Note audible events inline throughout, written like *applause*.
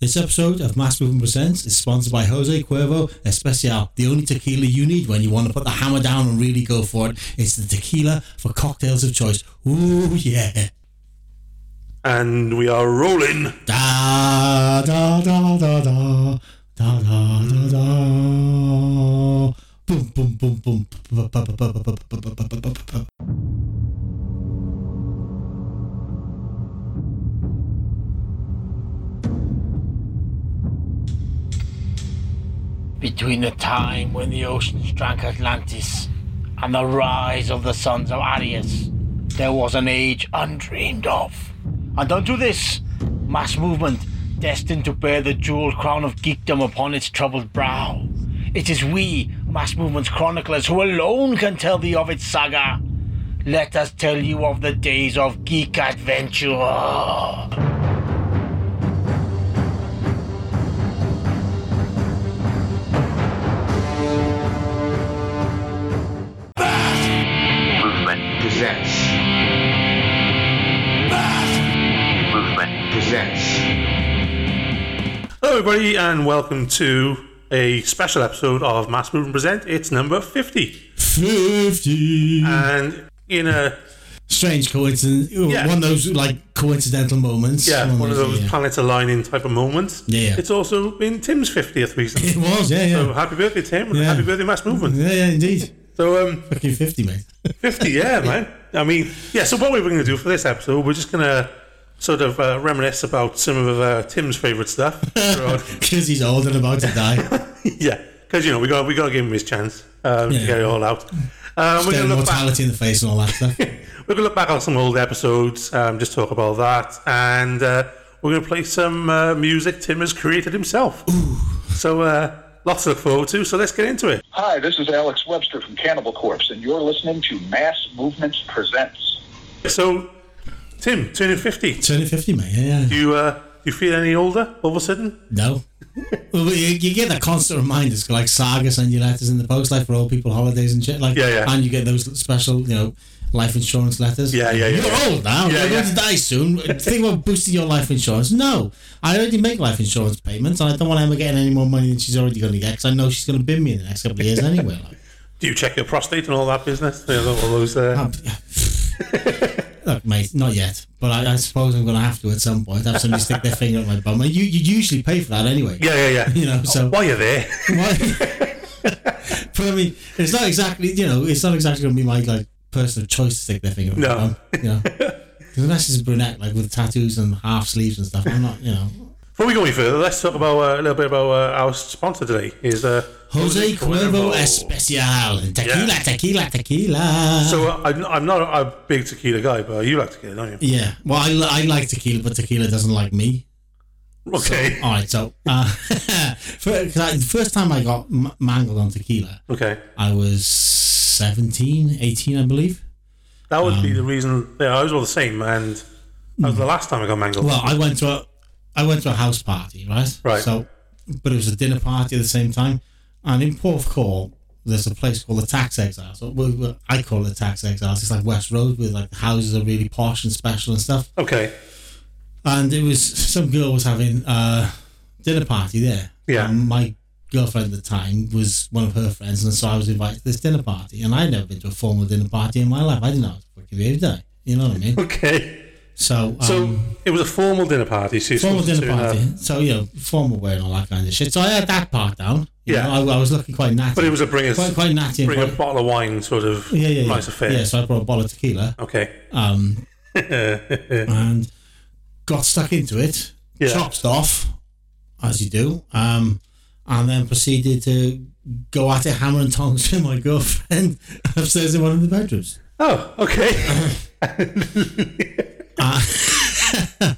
This episode of Mass Movement Presents is sponsored by Jose Cuervo Especial, the only tequila you need when you want to put the hammer down and really go for it. It's the tequila for cocktails of choice. Ooh, yeah. And we are rolling. Da da da da da da da da da. Boom boom boom boom. between the time when the oceans drank Atlantis and the rise of the sons of Arius, there was an age undreamed of. And unto this, mass movement destined to bear the jeweled crown of geekdom upon its troubled brow. It is we, mass movement's chroniclers, who alone can tell thee of its saga. Let us tell you of the days of geek adventure. Movement presents. Movement presents. Hello, everybody, and welcome to a special episode of Mass Movement Present. It's number 50. Fifty. And in a, Strange coincidence. Ooh, Yeah. One of those like coincidental moments. yeah, one of those Yeah. planets aligning type of moments, Yeah. it's also been Tim's 50th It *laughs* recently. was. Yeah, so yeah. happy birthday, Tim, and Yeah. happy birthday, Mass Movement. Yeah, yeah, indeed. So, um, Fucking fifty, mate. *laughs* 50, yeah, man. I mean, yeah, so what we're going to do for this episode, we're just going to sort of uh, reminisce about some of uh, Tim's *laughs* favourite stuff. throughout- Because he's old and about to *laughs* die. yeah, because, you know, we got we got to give him his chance um, to Yeah. get it all out. Um, we're Staring going to look back. mortality in the face and all that *laughs* stuff. We're going to look back on some old episodes, um, just talk about that, and uh, we're going to play some uh, music Tim has created himself. So, uh, lots to look forward to, so let's get into it. Hi, this is Alex Webster from Cannibal Corpse, and you're listening to Mass Movements Presents. So, Tim, turning 50, Turning fifty, mate. Yeah, yeah. do you, uh, do you feel any older all of a sudden? No. well, you, you get that constant reminders, like Saga send you letters in the post, like for old people holidays and shit. Like, Yeah, yeah. And you get those special, you know, life insurance letters. Yeah, yeah, yeah, You're yeah. old now. Yeah, You're yeah. going to die soon. Think about boosting your life insurance. No, I already make life insurance payments, and I don't want Emma getting any more money than she's already going to get because I know she's going to bin me in the next couple of years anyway. Like. Do you check your prostate and all that business? You know, all those, uh, Um, *laughs* Look, mate, not yet, but I, I suppose I'm going to have to at some point. Have somebody stick their finger up my bum. You you usually pay for that anyway. yeah, yeah, yeah. You know, so While you're there, *laughs* Why- *laughs* but I mean, it's not exactly you know, it's not exactly going to be my like person of choice to stick their finger. up my No. bum, you *laughs* know, 'Cause unless it's a brunette like with tattoos and half sleeves and stuff, I'm not. You *laughs* know, before we go any further, let's talk about uh, a little bit about uh, our sponsor today. Is uh, Jose Cuervo Especial tequila, Yeah. tequila, tequila. So uh, I'm, I'm not a a big tequila guy, but you like tequila, don't you? yeah, well, I, li- I like tequila, but tequila doesn't like me. Okay. All right, so uh, *laughs* for, 'cause I, the first time I got m- mangled on tequila, Okay. I was 17, 18, I believe. That would Um, be the reason. Yeah, I was all the same, and that was the mm. last time I got mangled. Well, I went to a, I went to a house party, right? Right. So, but it was a dinner party at the same time, and in Porthcawl, there's a place called the Tax Exiles. Or we- we- I call it the Tax Exiles. It's like West Road, where like the houses are really posh and special and stuff. okay. *laughs* And it was some girl was having a dinner party there. Yeah. And my girlfriend at the time was one of her friends, and so I was invited to this dinner party. And I'd never been to a formal dinner party in my life. I didn't know how to fucking behave, did I? You know what I *laughs* mean? Okay. So, um, So it was a formal dinner party. So you're formal supposed dinner to, uh, party. so you know, formal wear and all that kind of shit. So I had that part down. You Yeah. know, I, I was looking quite natty. but it was a bring a, quite quite natty. bring a and quite, bottle of wine sort of yeah, yeah, yeah. nice affair. Yeah, so I brought a bottle of tequila Okay. um, and got stuck into it. Yeah. Chopped off, as you do, um, and then proceeded to go at it hammer and tongs *laughs* with my girlfriend *laughs* upstairs in one of the bedrooms. Oh, okay. *laughs*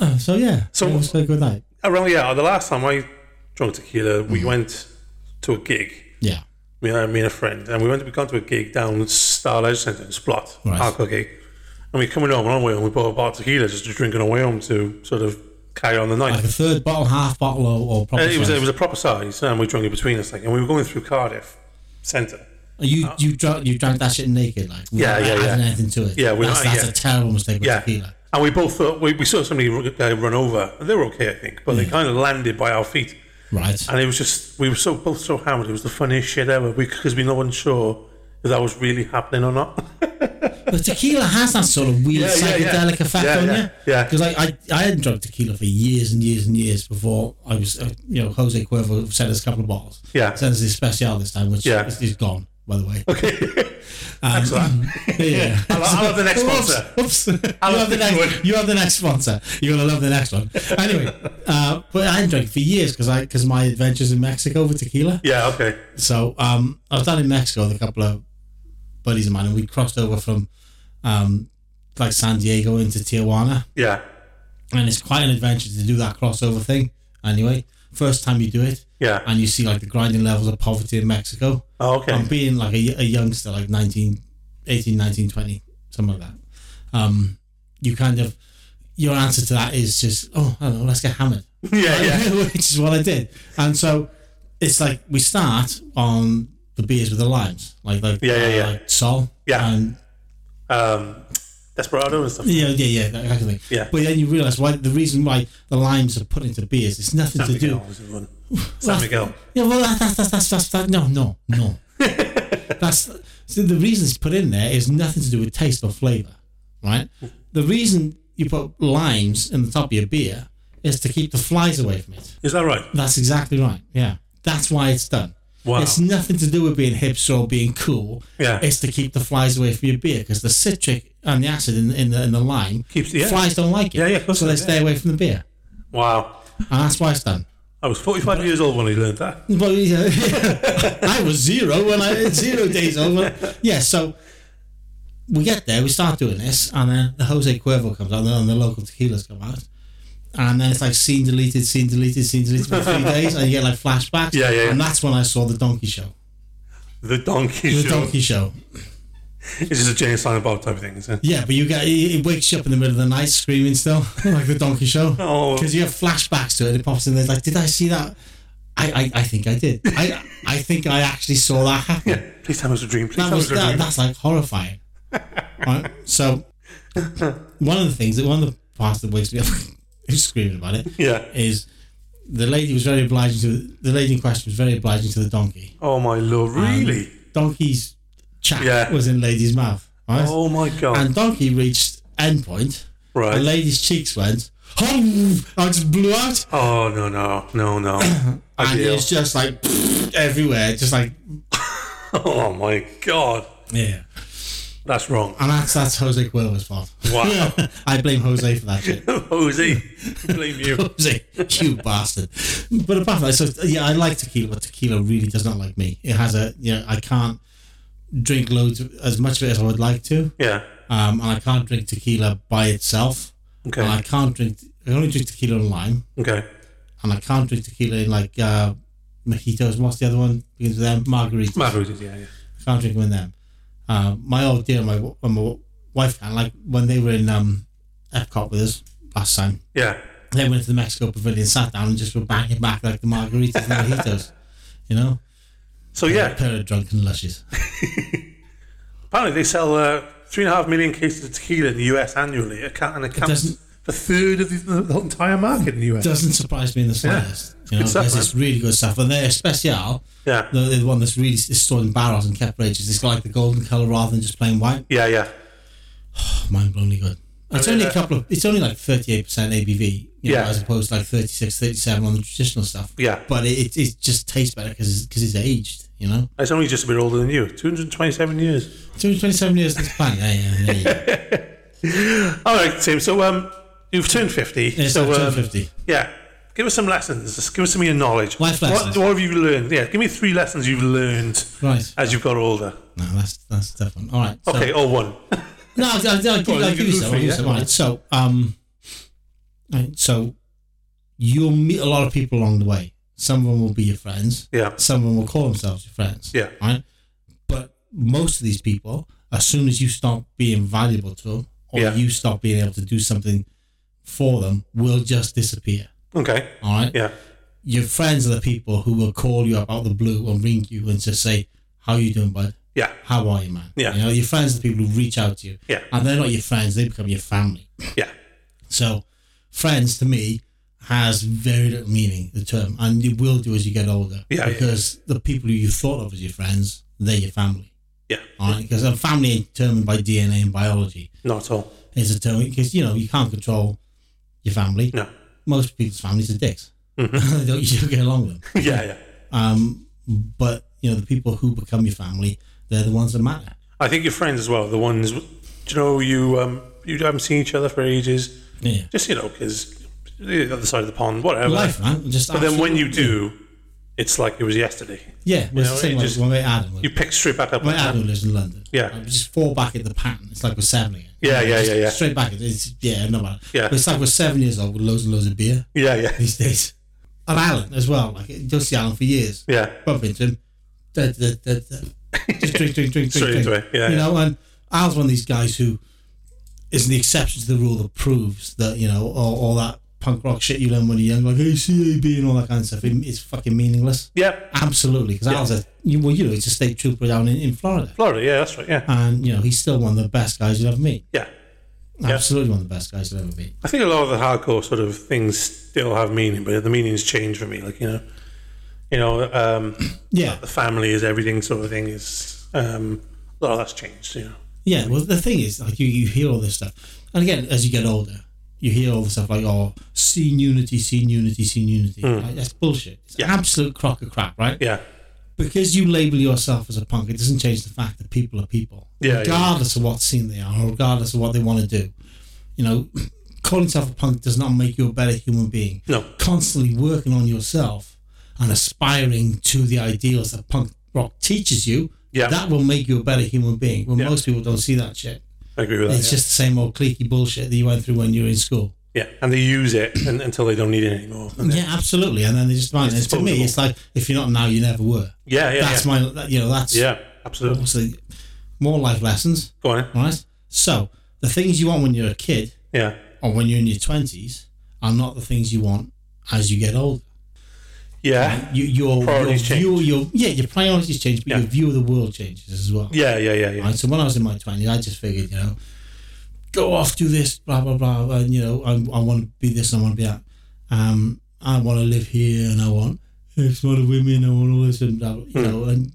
Uh, so yeah, So- it was a good night. Around yeah, the last time I drank tequila, Mm. we went to a gig. Yeah, Me and, me and a friend, and we went. We gone to a gig down Star Leisure Centre in Splot, Right. alcohol gig. And we coming home on our way home. We bought a bottle of tequila just to drink on our way home to sort of carry on the night. like a third bottle, half bottle, or, or Uh, probably. it was it was a proper size, and we drank it between us. Like, and we were going through Cardiff Centre. Uh, You you drank you drank that shit naked, like Yeah, without uh, yeah, yeah. adding anything to it. Yeah, Yeah, we- that's, that's yeah. a terrible mistake with Yeah, tequila. and we both thought we, we saw somebody ru- uh, run over. They were okay, I think, but they Hmm. kind of landed by our feet, Right. and it was just we were so both so hammered. It was the funniest shit ever because we no one sure if that was really happening or not. *laughs* But tequila has that sort of weird Yeah, yeah, psychedelic yeah. effect Yeah, on yeah, you. yeah. Because like I, I hadn't drunk tequila for years and years and years before I was, uh, you know, Jose Cuervo sent us a couple of bottles. Yeah. Sent us his special this time, which Yeah. is, is gone, by the way. Um, Excellent. *laughs* Yeah. *laughs* I'll, I'll have the next Oops, sponsor. Oops. *laughs* I'll you, have have the the good next, one. you have the next sponsor. You're gonna love the next one. Anyway, uh, but I hadn't drank for years because I because my adventures in Mexico with tequila. Yeah. Okay. So um, I was down in Mexico with a couple of buddies of mine, and we crossed over from um, like San Diego into Tijuana, Yeah. and it's quite an adventure to do that crossover thing. Anyway, first time you do it, Yeah. and you see like the grinding levels of poverty in Mexico. Oh, okay. I'm being like a, a youngster, like 19, 18, 19, 20, something like that. Um, you kind of, your answer to that is just, oh, I don't know, let's get hammered. *laughs* yeah. *laughs* Yeah. Which is what I did. And so it's like we start on the beers with the limes, like, like, Yeah, yeah, yeah. like Sol. Yeah. And Um, Desperado and stuff. yeah, yeah, yeah, that kind of thing. Yeah. But then you realize why the reason why the limes are put into beers, it's nothing San to do. Miguel was the one. San Miguel. Yeah, well, that, that's, that's, that's, that's, that, no, no, *laughs* no. that's so the reason it's put in there is nothing to do with taste or flavor, right? The reason you put limes in the top of your beer is to keep the flies away from it. Is that right? That's exactly right. Yeah, that's why it's done. Wow. It's nothing to do with being hipster or being cool. Yeah. It's to keep the flies away from your beer because the citric and the acid in, in, the, in the lime Keeps- yeah. flies don't like it. Yeah, yeah, of course So not, they yeah. stay away from the beer. Wow. And that's why it's done. I was 45 years old when I learned that. Well, yeah, uh, *laughs* I was zero when I zero days old. Yeah, so we get there, we start doing this, and then the Jose Cuervo comes out, and then the local tequilas come out, and then it's like scene deleted, scene deleted, scene deleted for *laughs* three days, and you get like flashbacks. Yeah, yeah, yeah. And that's when I saw the Donkey Show. The donkey The show. Donkey Show. It's just a Jane Silent Bob type of thing, isn't it? Yeah, but you get it it wakes you up in the middle of the night screaming still *laughs* like the Donkey Show. Oh. because you have flashbacks to it. It pops in there like, did I see that? I, I, I think I did. I I think I actually saw that happen. Yeah. Please tell me it was a dream. Please that tell me was it was a that, dream. that's like *laughs* horrifying. right? So one of the things that one of the parts that wakes me up *laughs* who's screaming about it Yeah. is the lady was very obliging to the lady in question was very obliging to the donkey. Oh my lord. Really? Donkey's chat Yeah. was in lady's mouth. Right? oh my god. And donkey reached end point. Right. The lady's cheeks went, oh, I just blew out. oh no no no no. I *coughs* And it feel. was just like *laughs* everywhere, just like *laughs* oh my god. yeah. That's wrong. And that's that's Jose Cuervo's fault. Wow. *laughs* I blame Jose for that shit. *laughs* *laughs* Jose, blame you. Jose, you bastard. But apart from that, so yeah, I like tequila, but tequila really does not like me. It has a you know, I can't drink loads of, as much of it as I would like to. Yeah. Um, and I can't drink tequila by itself. Okay. And I can't drink I only drink tequila and lime. Okay. And I can't drink tequila in like uh mojitos. What's the other one? Begins with them margaritas. Margaritas. Yeah. yeah. can't drink with them. Uh, my old dear, my w- my wife, and like when they were in um, Epcot with us last time, Yeah. they went to the Mexico Pavilion, sat down, and just were banging back like the margaritas and mojitos, you know, So yeah. a pair of drunken lushes. Apparently, they sell uh, three and a half million cases of tequila in the US annually, It ca- and it counts doesn't- for a third of the, the whole entire market in the US. Doesn't surprise me in the slightest. you know, good stuff, because it's really good stuff, and their special, Yeah. the, the one that's really is stored in barrels and kept for ages. It's got like the golden color rather than just plain white. Yeah, yeah. mind blowingly good. It's mean, only a uh, couple of. It's only like thirty eight percent ABV, you know, Yeah. as opposed to like 36, 37 on the traditional stuff. Yeah. but it, it, it just tastes better because because it's aged. You know, It's only just a bit older than you. 227 years. two hundred twenty seven years on this planet. Yeah, yeah, yeah. *laughs* yeah. All right, Tim. So um, you've turned 50. It's so, like um, 250. Yeah. Give us some lessons. Just give us some of your knowledge. Life lessons. What, what have you learned? Yeah, give me three lessons you've learned Right. as you've got older. No, that's that's a tough one. All right. So, Okay, or one. No, I'll, I'll, I'll, give- Well, I'll you give you can do some. three, I'll give you yeah. some. All right. So um, right, so you'll meet a lot of people along the way. Some of them will be your friends. Yeah. Some of them will call themselves your friends. Yeah. Right. But most of these people, as soon as you stop being valuable to them, or Yeah. you stop being able to do something for them, will just disappear. Okay. All right. Yeah. Your friends are the people who will call you up out of the blue and ring you and just say, "How you doing, bud?" Yeah. How are you, man? Yeah. You know, your friends are the people who reach out to you. Yeah. And they're not your friends, they become your family. Yeah. So, friends to me has very little meaning, the term, and it will do as you get older. Yeah, yeah. Because the people who you thought of as your friends, they're your family. Yeah. All right. Because a family ain't determined by DNA and biology. Not at all. It's determined because, you know, you can't control your family. No. *laughs* Mm-hmm. Most people's families are dicks. *laughs* they don't usually get along with them. *laughs* yeah, yeah. Um, but, you know, the people who become your family, they're the ones that matter. I think your friends as well, the ones, do you know, you um, you haven't seen each other for ages. Yeah. Just, you know, because the other side of the pond, whatever. Life, man. Just But then when you absolutely- do, it's like it was yesterday. Yeah, well, it's know, the same it like just- when we're Adam. You pick straight back up. When like that. Adam lives in London. Yeah. I just fall back at the pattern. It's like we're seven again. Yeah, yeah, Just yeah, yeah. Straight back. It's, yeah, no matter. Yeah. But it's like we're seven years old with loads and loads of beer Yeah, yeah, these days. And Alan as well. Like, don't see Alan for years. yeah. Bump into him. Da, da, da, da. Just drink, drink, drink, drink. Straight drink. into it. Yeah, You yeah. know, and Alan's one of these guys who is the exception to the rule that proves that, you know, all, all that punk rock shit you learn when you're young, like ACAB and all that kind of stuff, it- it's fucking meaningless. Yeah, Absolutely, because I was a you, well, you know, he's a state trooper down in, in Florida, Florida. Yeah, that's right. Yeah, and you know, he's still one of the best guys you'll ever meet. yeah. Absolutely, one of the best guys you'll ever meet. I think a lot of the hardcore sort of things still have meaning, but the meanings change for me. Like you know, you know, um, Yeah, the family is everything sort of thing is. Um, a lot of that's changed. You know. yeah. Well, the thing is, like, you you hear all this stuff, and again, as you get older, you hear all the stuff like, "Oh, scene unity, scene unity, scene unity." Like, that's bullshit. It's absolute crock of crap, right? Mm. Yeah, Because you label yourself as a punk, it doesn't change the fact that people are people, Yeah, yeah. regardless of what scene they are, or regardless of what they want to do. You know, *clears throat* calling yourself a punk does not make you a better human being. no, constantly working on yourself and aspiring to the ideals that punk rock teaches you, Yeah. that will make you a better human being. Well, Yeah. most people don't see that shit. I agree with that. It's yeah. just the same old cliquey bullshit that you went through when you were in school. yeah, and they use it un until they don't need it anymore. And then- Yeah, absolutely. And then they just mind. It's And to me, disposable. it's like if you're not now, you never were. yeah, yeah, that's yeah. my, that, you know, that's yeah, absolutely. obviously more life lessons, Go on. eh? right? So the things you want when you're a kid Yeah, or when you're in your twenties are not the things you want as you get older. yeah, you, your Priorities your change. view, your yeah, your priorities change, but Yeah. your view of the world changes as well. yeah, yeah, yeah, yeah. Right? So when I was in my twenties, I just figured, you know, go off, do this, blah blah blah, and you know, I, I want to be this, and I want to be that. Um, I want to live here, and I want X amount of women, I want all this, and blah, blah, Hmm. you know, and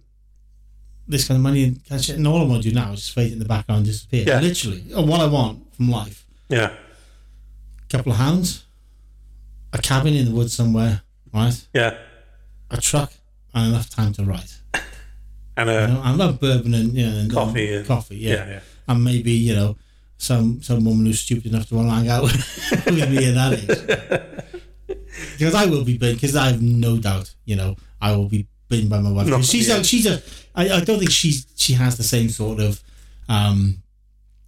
this kind of money and kind of shit. And all I want to do now is just fade in the background, and disappear. Yeah. Literally, And what I want from life: Yeah, couple of hounds, a cabin in the woods somewhere, right? yeah, A truck, and enough time to write. and uh, No, I love bourbon and you know, and um, Coffee and- coffee, yeah. yeah, yeah. and maybe you know some some woman who's stupid enough to want to hang out *laughs* with me at *laughs* that age. Because I will be binned. Because I have no doubt, you know, I will be binned by my wife. No, 'Cause she's yeah. a, she's a. I, I don't think she's she has the same sort of um,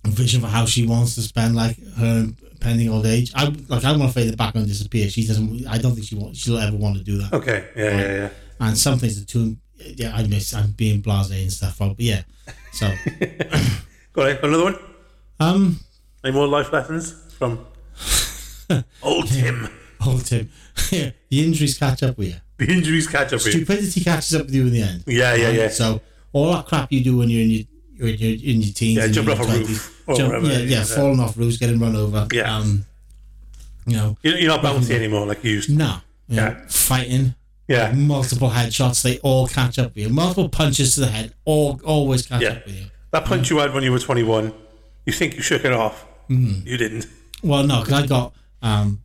vision for how she wants to spend like her pending old age. I like I want to fade the back and disappear. She doesn't. I don't think she wants. She'll ever want to do that Okay. Yeah, yeah, yeah. and some things are too. Yeah, I miss. I'm being blasé and stuff. But yeah, so Go on. eh? Another one. um, Any more life lessons *laughs* from old Tim? oh Tim, yeah, the injuries catch up with you. The injuries catch up with you. Stupidity catches up with you in the end. Yeah, yeah, yeah. So all that crap you do when you're in your when you're in your teens, Yeah, and jumping your off a roof 20s, or jump- whatever yeah, it is, yeah, yeah. falling off roofs, getting run over. Yeah. um, you know, You're you're not Mm-hmm. bouncy anymore like you used to. no, you know, Yeah. fighting. Yeah, Multiple headshots, they all catch up with you. Multiple punches to the head, all always catch Yeah. up with you. that punch you had when you were 21, you think you shook it off. Mm-hmm. You didn't. Well, no, because I got um,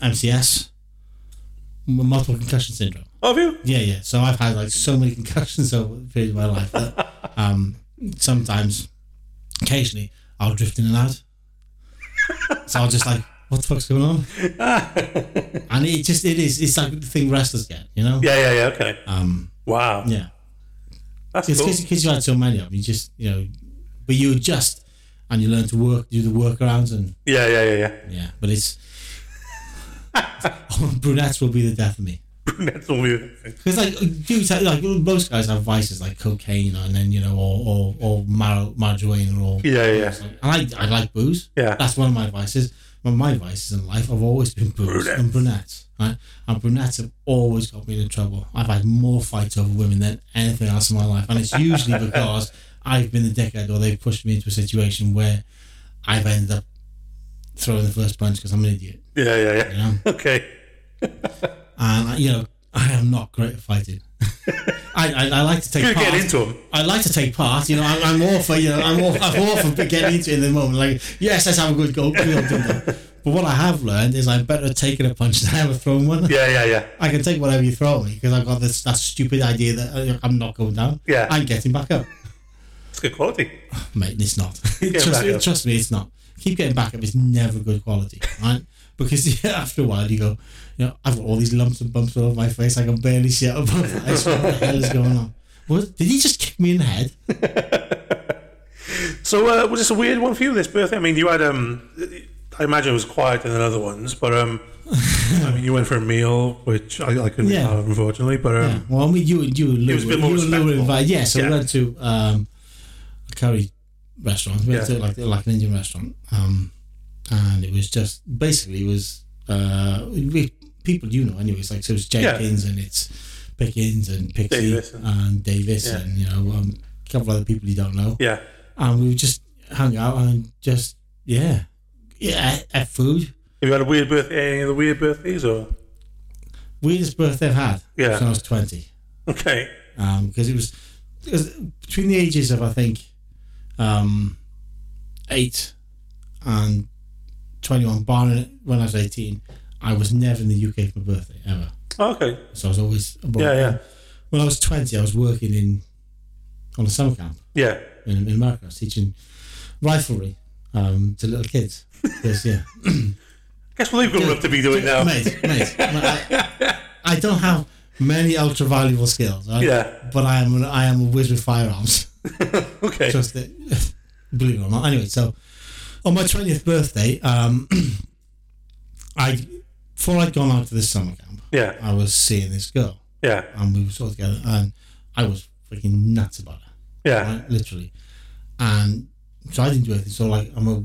MCS, m- multiple concussion syndrome. Oh, Have you? Yeah, yeah. So I've had like so many *laughs* concussions over the period of my life that um, sometimes, occasionally, I'll drift in and out. So I'll just like, what the fuck's going on? *laughs* and it just it is it's like the thing wrestlers get, you know. Yeah, yeah, yeah. Okay. Um, Wow. yeah. That's It's cool. because you had so many of them. You just you know, but you adjust and you learn to work, do the workarounds, and Yeah, yeah, yeah, yeah. *laughs* Yeah, but it's Oh, brunettes will be the death of me. That's all we were- Because like dudes, have- like most guys have vices like cocaine and then you know or or, or mar- marijuana or Yeah, yeah, yeah. and I I like booze. Yeah. that's one of my vices. But my vices in life have always been booze Brunettes. and brunettes. Right? And brunettes have always got me in trouble. I've had more fights over women than anything else in my life, and it's *laughs* usually because I've been the dickhead or they've pushed me into a situation where I've ended up throwing the first punch because I'm an idiot. Yeah, yeah, yeah. Yeah. Okay. And I- you know, I am not great at *laughs* fighting. I, I, I like to take You're part. getting into them. I like to take part. You know, I'm, I'm all for you know, I'm all, I'm all for getting into it in the moment. Like, yes, let's have a good go. good old dinner. But what I have learned is I'm better at taking a punch than I am at throwing one. Yeah, yeah, yeah. I can take whatever you throw at me because I've got this that stupid idea that uh, I'm not going down. Yeah. I'm getting back up, It's good quality. mate. It's not. *laughs* getting trust, back me, up. trust me, it's not. Keep getting back up is never good quality, right? Because *laughs* yeah, after a while you go, you know, I've got all these lumps and bumps all over my face. I can barely see out above my eyes. What the hell is going on? What, did he just kick me in the head? So uh, was this a weird one for you this birthday? I mean, you had um, I imagine it was quieter than other ones, but *laughs* um, I mean, you went for a meal, which I, I couldn't Yeah. have, unfortunately. But Yeah. um, Well, I mean, you and you and Lou, was a bit were- more you and Lou were respectful. invited. Yeah, so Yeah. we went to um, a curry restaurant. We went Yeah. to like like an Indian restaurant, um, and it was just basically it was uh, we, people you know anyways. Like so, it's Jenkins and it's Pickens and Pixie Davis and- and, Davis Yeah. and you know um, a couple other people you don't know. yeah, And we just hung out and just yeah, yeah, ate- ate food. have you had a weird birthday? Any of the weird birthdays? Or Weirdest birthday I've had. Yeah. since I was twenty. okay, um, because it was because between the ages of I think um, eight and twenty-one. Barring when I was eighteen, I was never in the UK for my birthday ever. Oh, okay, So I was always abroad. yeah, yeah, When I was twenty, I was working in on a summer camp yeah. in, in America. I was teaching riflery um, to little *laughs* kids. 'Cause, yeah, Guess *laughs* what they've grown up to be doing now? mate, mate, I, I don't have many ultra valuable skills. right? Yeah. but I am I am a whiz with firearms. *laughs* Okay, just that, believe it or not. Anyway, so on my twentieth birthday, um, *clears throat* I before I'd gone out to this summer camp, yeah, I was seeing this girl, yeah, and we were sort of together, and I was freaking nuts about her, yeah, right? literally. And so I didn't do anything. So like I'm a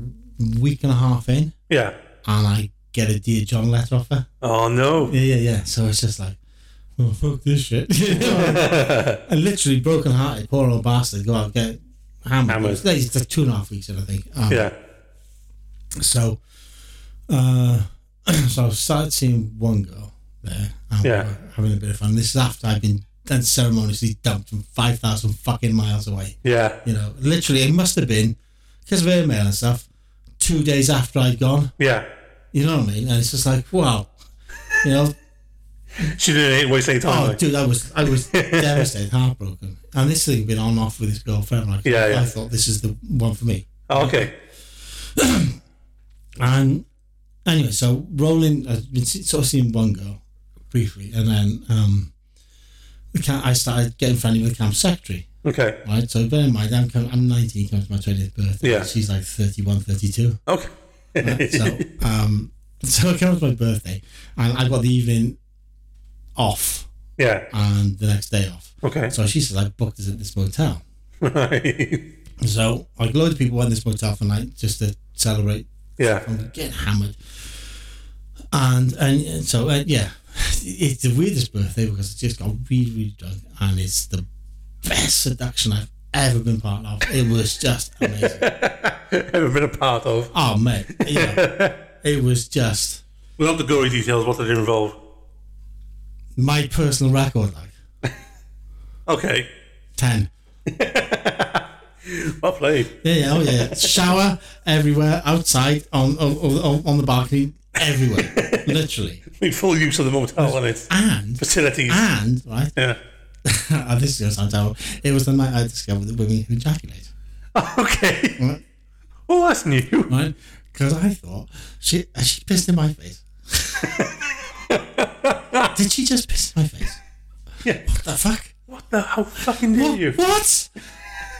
week and a half in, yeah. and I get a dear John letter off her. Oh no, Yeah, yeah, yeah. So it's just like, oh fuck this shit. *laughs* and literally broken hearted, poor old bastard, go out get hammered. Hammered. It's like- it's like two and a half weeks in, I think. Um, yeah, So, uh, *clears throat* so I started seeing one girl there. And we Yeah. were having a bit of fun. This is after I've been unceremoniously dumped from five thousand fucking miles away. yeah, You know, literally, it must have been because of airmail and stuff. Two days after I'd gone, yeah. you know what I mean? And it's just like, wow, you know. She didn't e, waste any time. Oh, like. dude, I was I *laughs* was devastated, heartbroken, and this thing had been on and off with his girlfriend. Like, Yeah, yeah. I thought this is the one for me. Oh, okay, And anyway, so Roland, I've been se- sort of seeing one girl briefly, and then um, the camp, I started getting friendly with the camp secretary. okay, Right, so bear in mind, I'm com- I'm 19, comes my 20th birthday. Yeah. she's like 31, *laughs* 32. okay. So, um, so it comes my birthday, and I got the evening off *laughs* yeah, and the next day off. okay, *laughs* So she says, I booked us at this motel. right, So, like, loads of people went to this motel for night just to celebrate yeah, and get hammered. And and and so, uh, yeah, *laughs* it's the weirdest birthday because I just got really, really drunk. And it's the best seduction I've ever been part of. It was just amazing. ever been a part of. oh, mate. You know, it was just Without the gory details, what did it involve? my personal record, like Okay, 10. well played. Yeah, yeah, oh yeah. Shower everywhere, outside, on on, on, on the balcony, everywhere, literally. Made full use of the motel and its And facilities. and right, Yeah. *laughs* *laughs* oh, this is gonna sound terrible. It was the night I discovered that women who ejaculate, Okay. right? Well, that's new. *laughs* Right? Because I thought she uh, she pissed in my face. Did she just piss in my face? Yeah. What the fuck? What the? How fucking did What? you? what?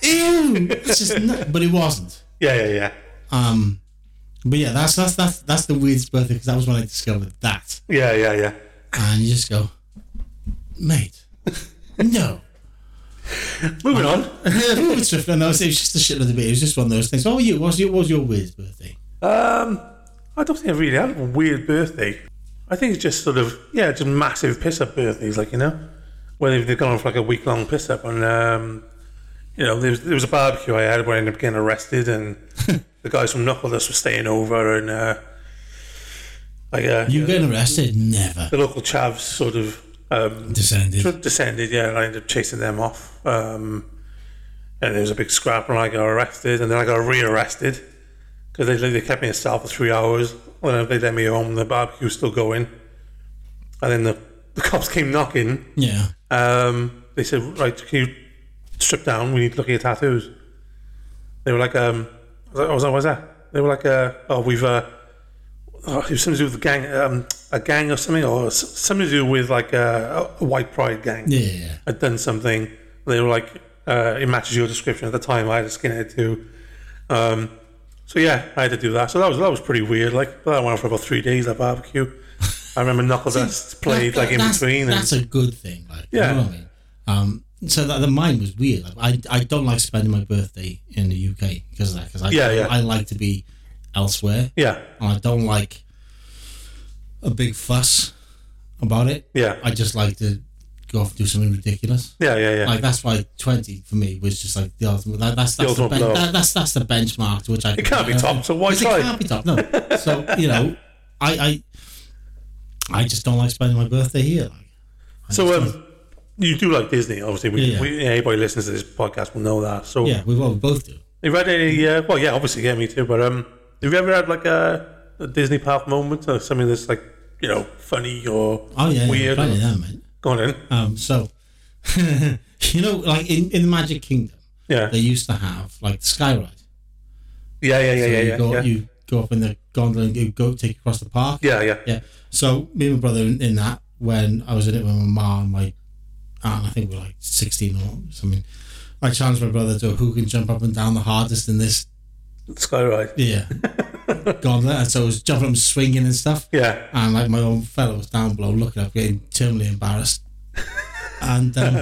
Ew! It's just not, but it wasn't. Yeah, yeah, yeah, Um, but yeah, that's that's that's that's the weirdest birthday because that was when I discovered that. yeah, yeah, yeah. and you just go, mate, no. Moving on. Who would Swift? No, it was just a shitload of beer. It was just one of those things. "Oh, What were you? What was your, what was your weirdest birthday? Um, I don't think I really had a weird birthday. I think it's just sort of yeah, just massive piss up birthdays, like you know, when they've, they've gone on for like a week long piss up, and um, you know, there was, there was a barbecue I had where I ended up getting arrested, and the guys from Knuckledust were staying over, and uh, like uh, You getting arrested? Never. the local chavs sort of um, Descended. descended, yeah, and I ended up chasing them off. Um, and there was a big scrap, and I got arrested, and then I got rearrested because they, they kept me in cell for three hours. When they let me home, the barbecue was still going. And then the, the *laughs* cops came knocking. Yeah. Um, they said, "Right, can you strip down? We need to look at your tattoos." They were like, um, I was like, "Oh, was that- what's that?" They were like, uh, "Oh, we've uh, oh, it was something to do with the gang, um, a gang or something, or s- something to do with like uh, a white pride gang." Yeah, yeah, yeah. I'd done something. They were like, uh, "It matches your description." At the time, I had a skinhead too. Um, so yeah, I had to do that. So that was that was pretty weird. Like that went on for about three days. That barbecue. I remember Knuckle Dust played That- like in that's- between. and- That's a good thing. Like, Yeah. You know what I mean? Um, so that, the mine was weird. Like, I I don't like spending my birthday in the UK because of that. Because I Yeah, yeah. I like to be elsewhere, yeah, and I don't like a big fuss about it. yeah. I just like to go off and do something ridiculous. Yeah, yeah, yeah. Like that's why twenty for me was just like the ultimate. That, that's that's the, ultimate ben- blow. that, that's that's the benchmark to which I. It can't be topped, so why It try? can't be topped. No. So you know, I I I just don't like spending my birthday here. Like, so um, you do like Disney, obviously. We, Yeah, yeah. we, yeah, anybody who listens to this podcast will know that. So yeah, we, well, we both do. have you had any? Uh, well, yeah, obviously, yeah, me too. But um, have you ever had like a, a Disney park moment or something that's like you know funny or Oh yeah, weird? yeah, or- plenty of them, mate. Go on in. Um, so *laughs* you know, like in, in the Magic Kingdom, Yeah, they used to have like the skyride. yeah, yeah, yeah, So yeah, you yeah, go, yeah. You go up in the gondola and you go take you across the park. yeah, yeah, Yeah. So me and my brother in, in that when I was in it with my mom, and my aunt, I think we were like sixteen or something. I challenged my brother to who can jump up and down the hardest in this Skyride. *laughs* yeah gondola. And so I was jumping up and swinging and stuff. Um, Yeah, And like my own fellow was down below looking up, getting terminally embarrassed. And *laughs* um,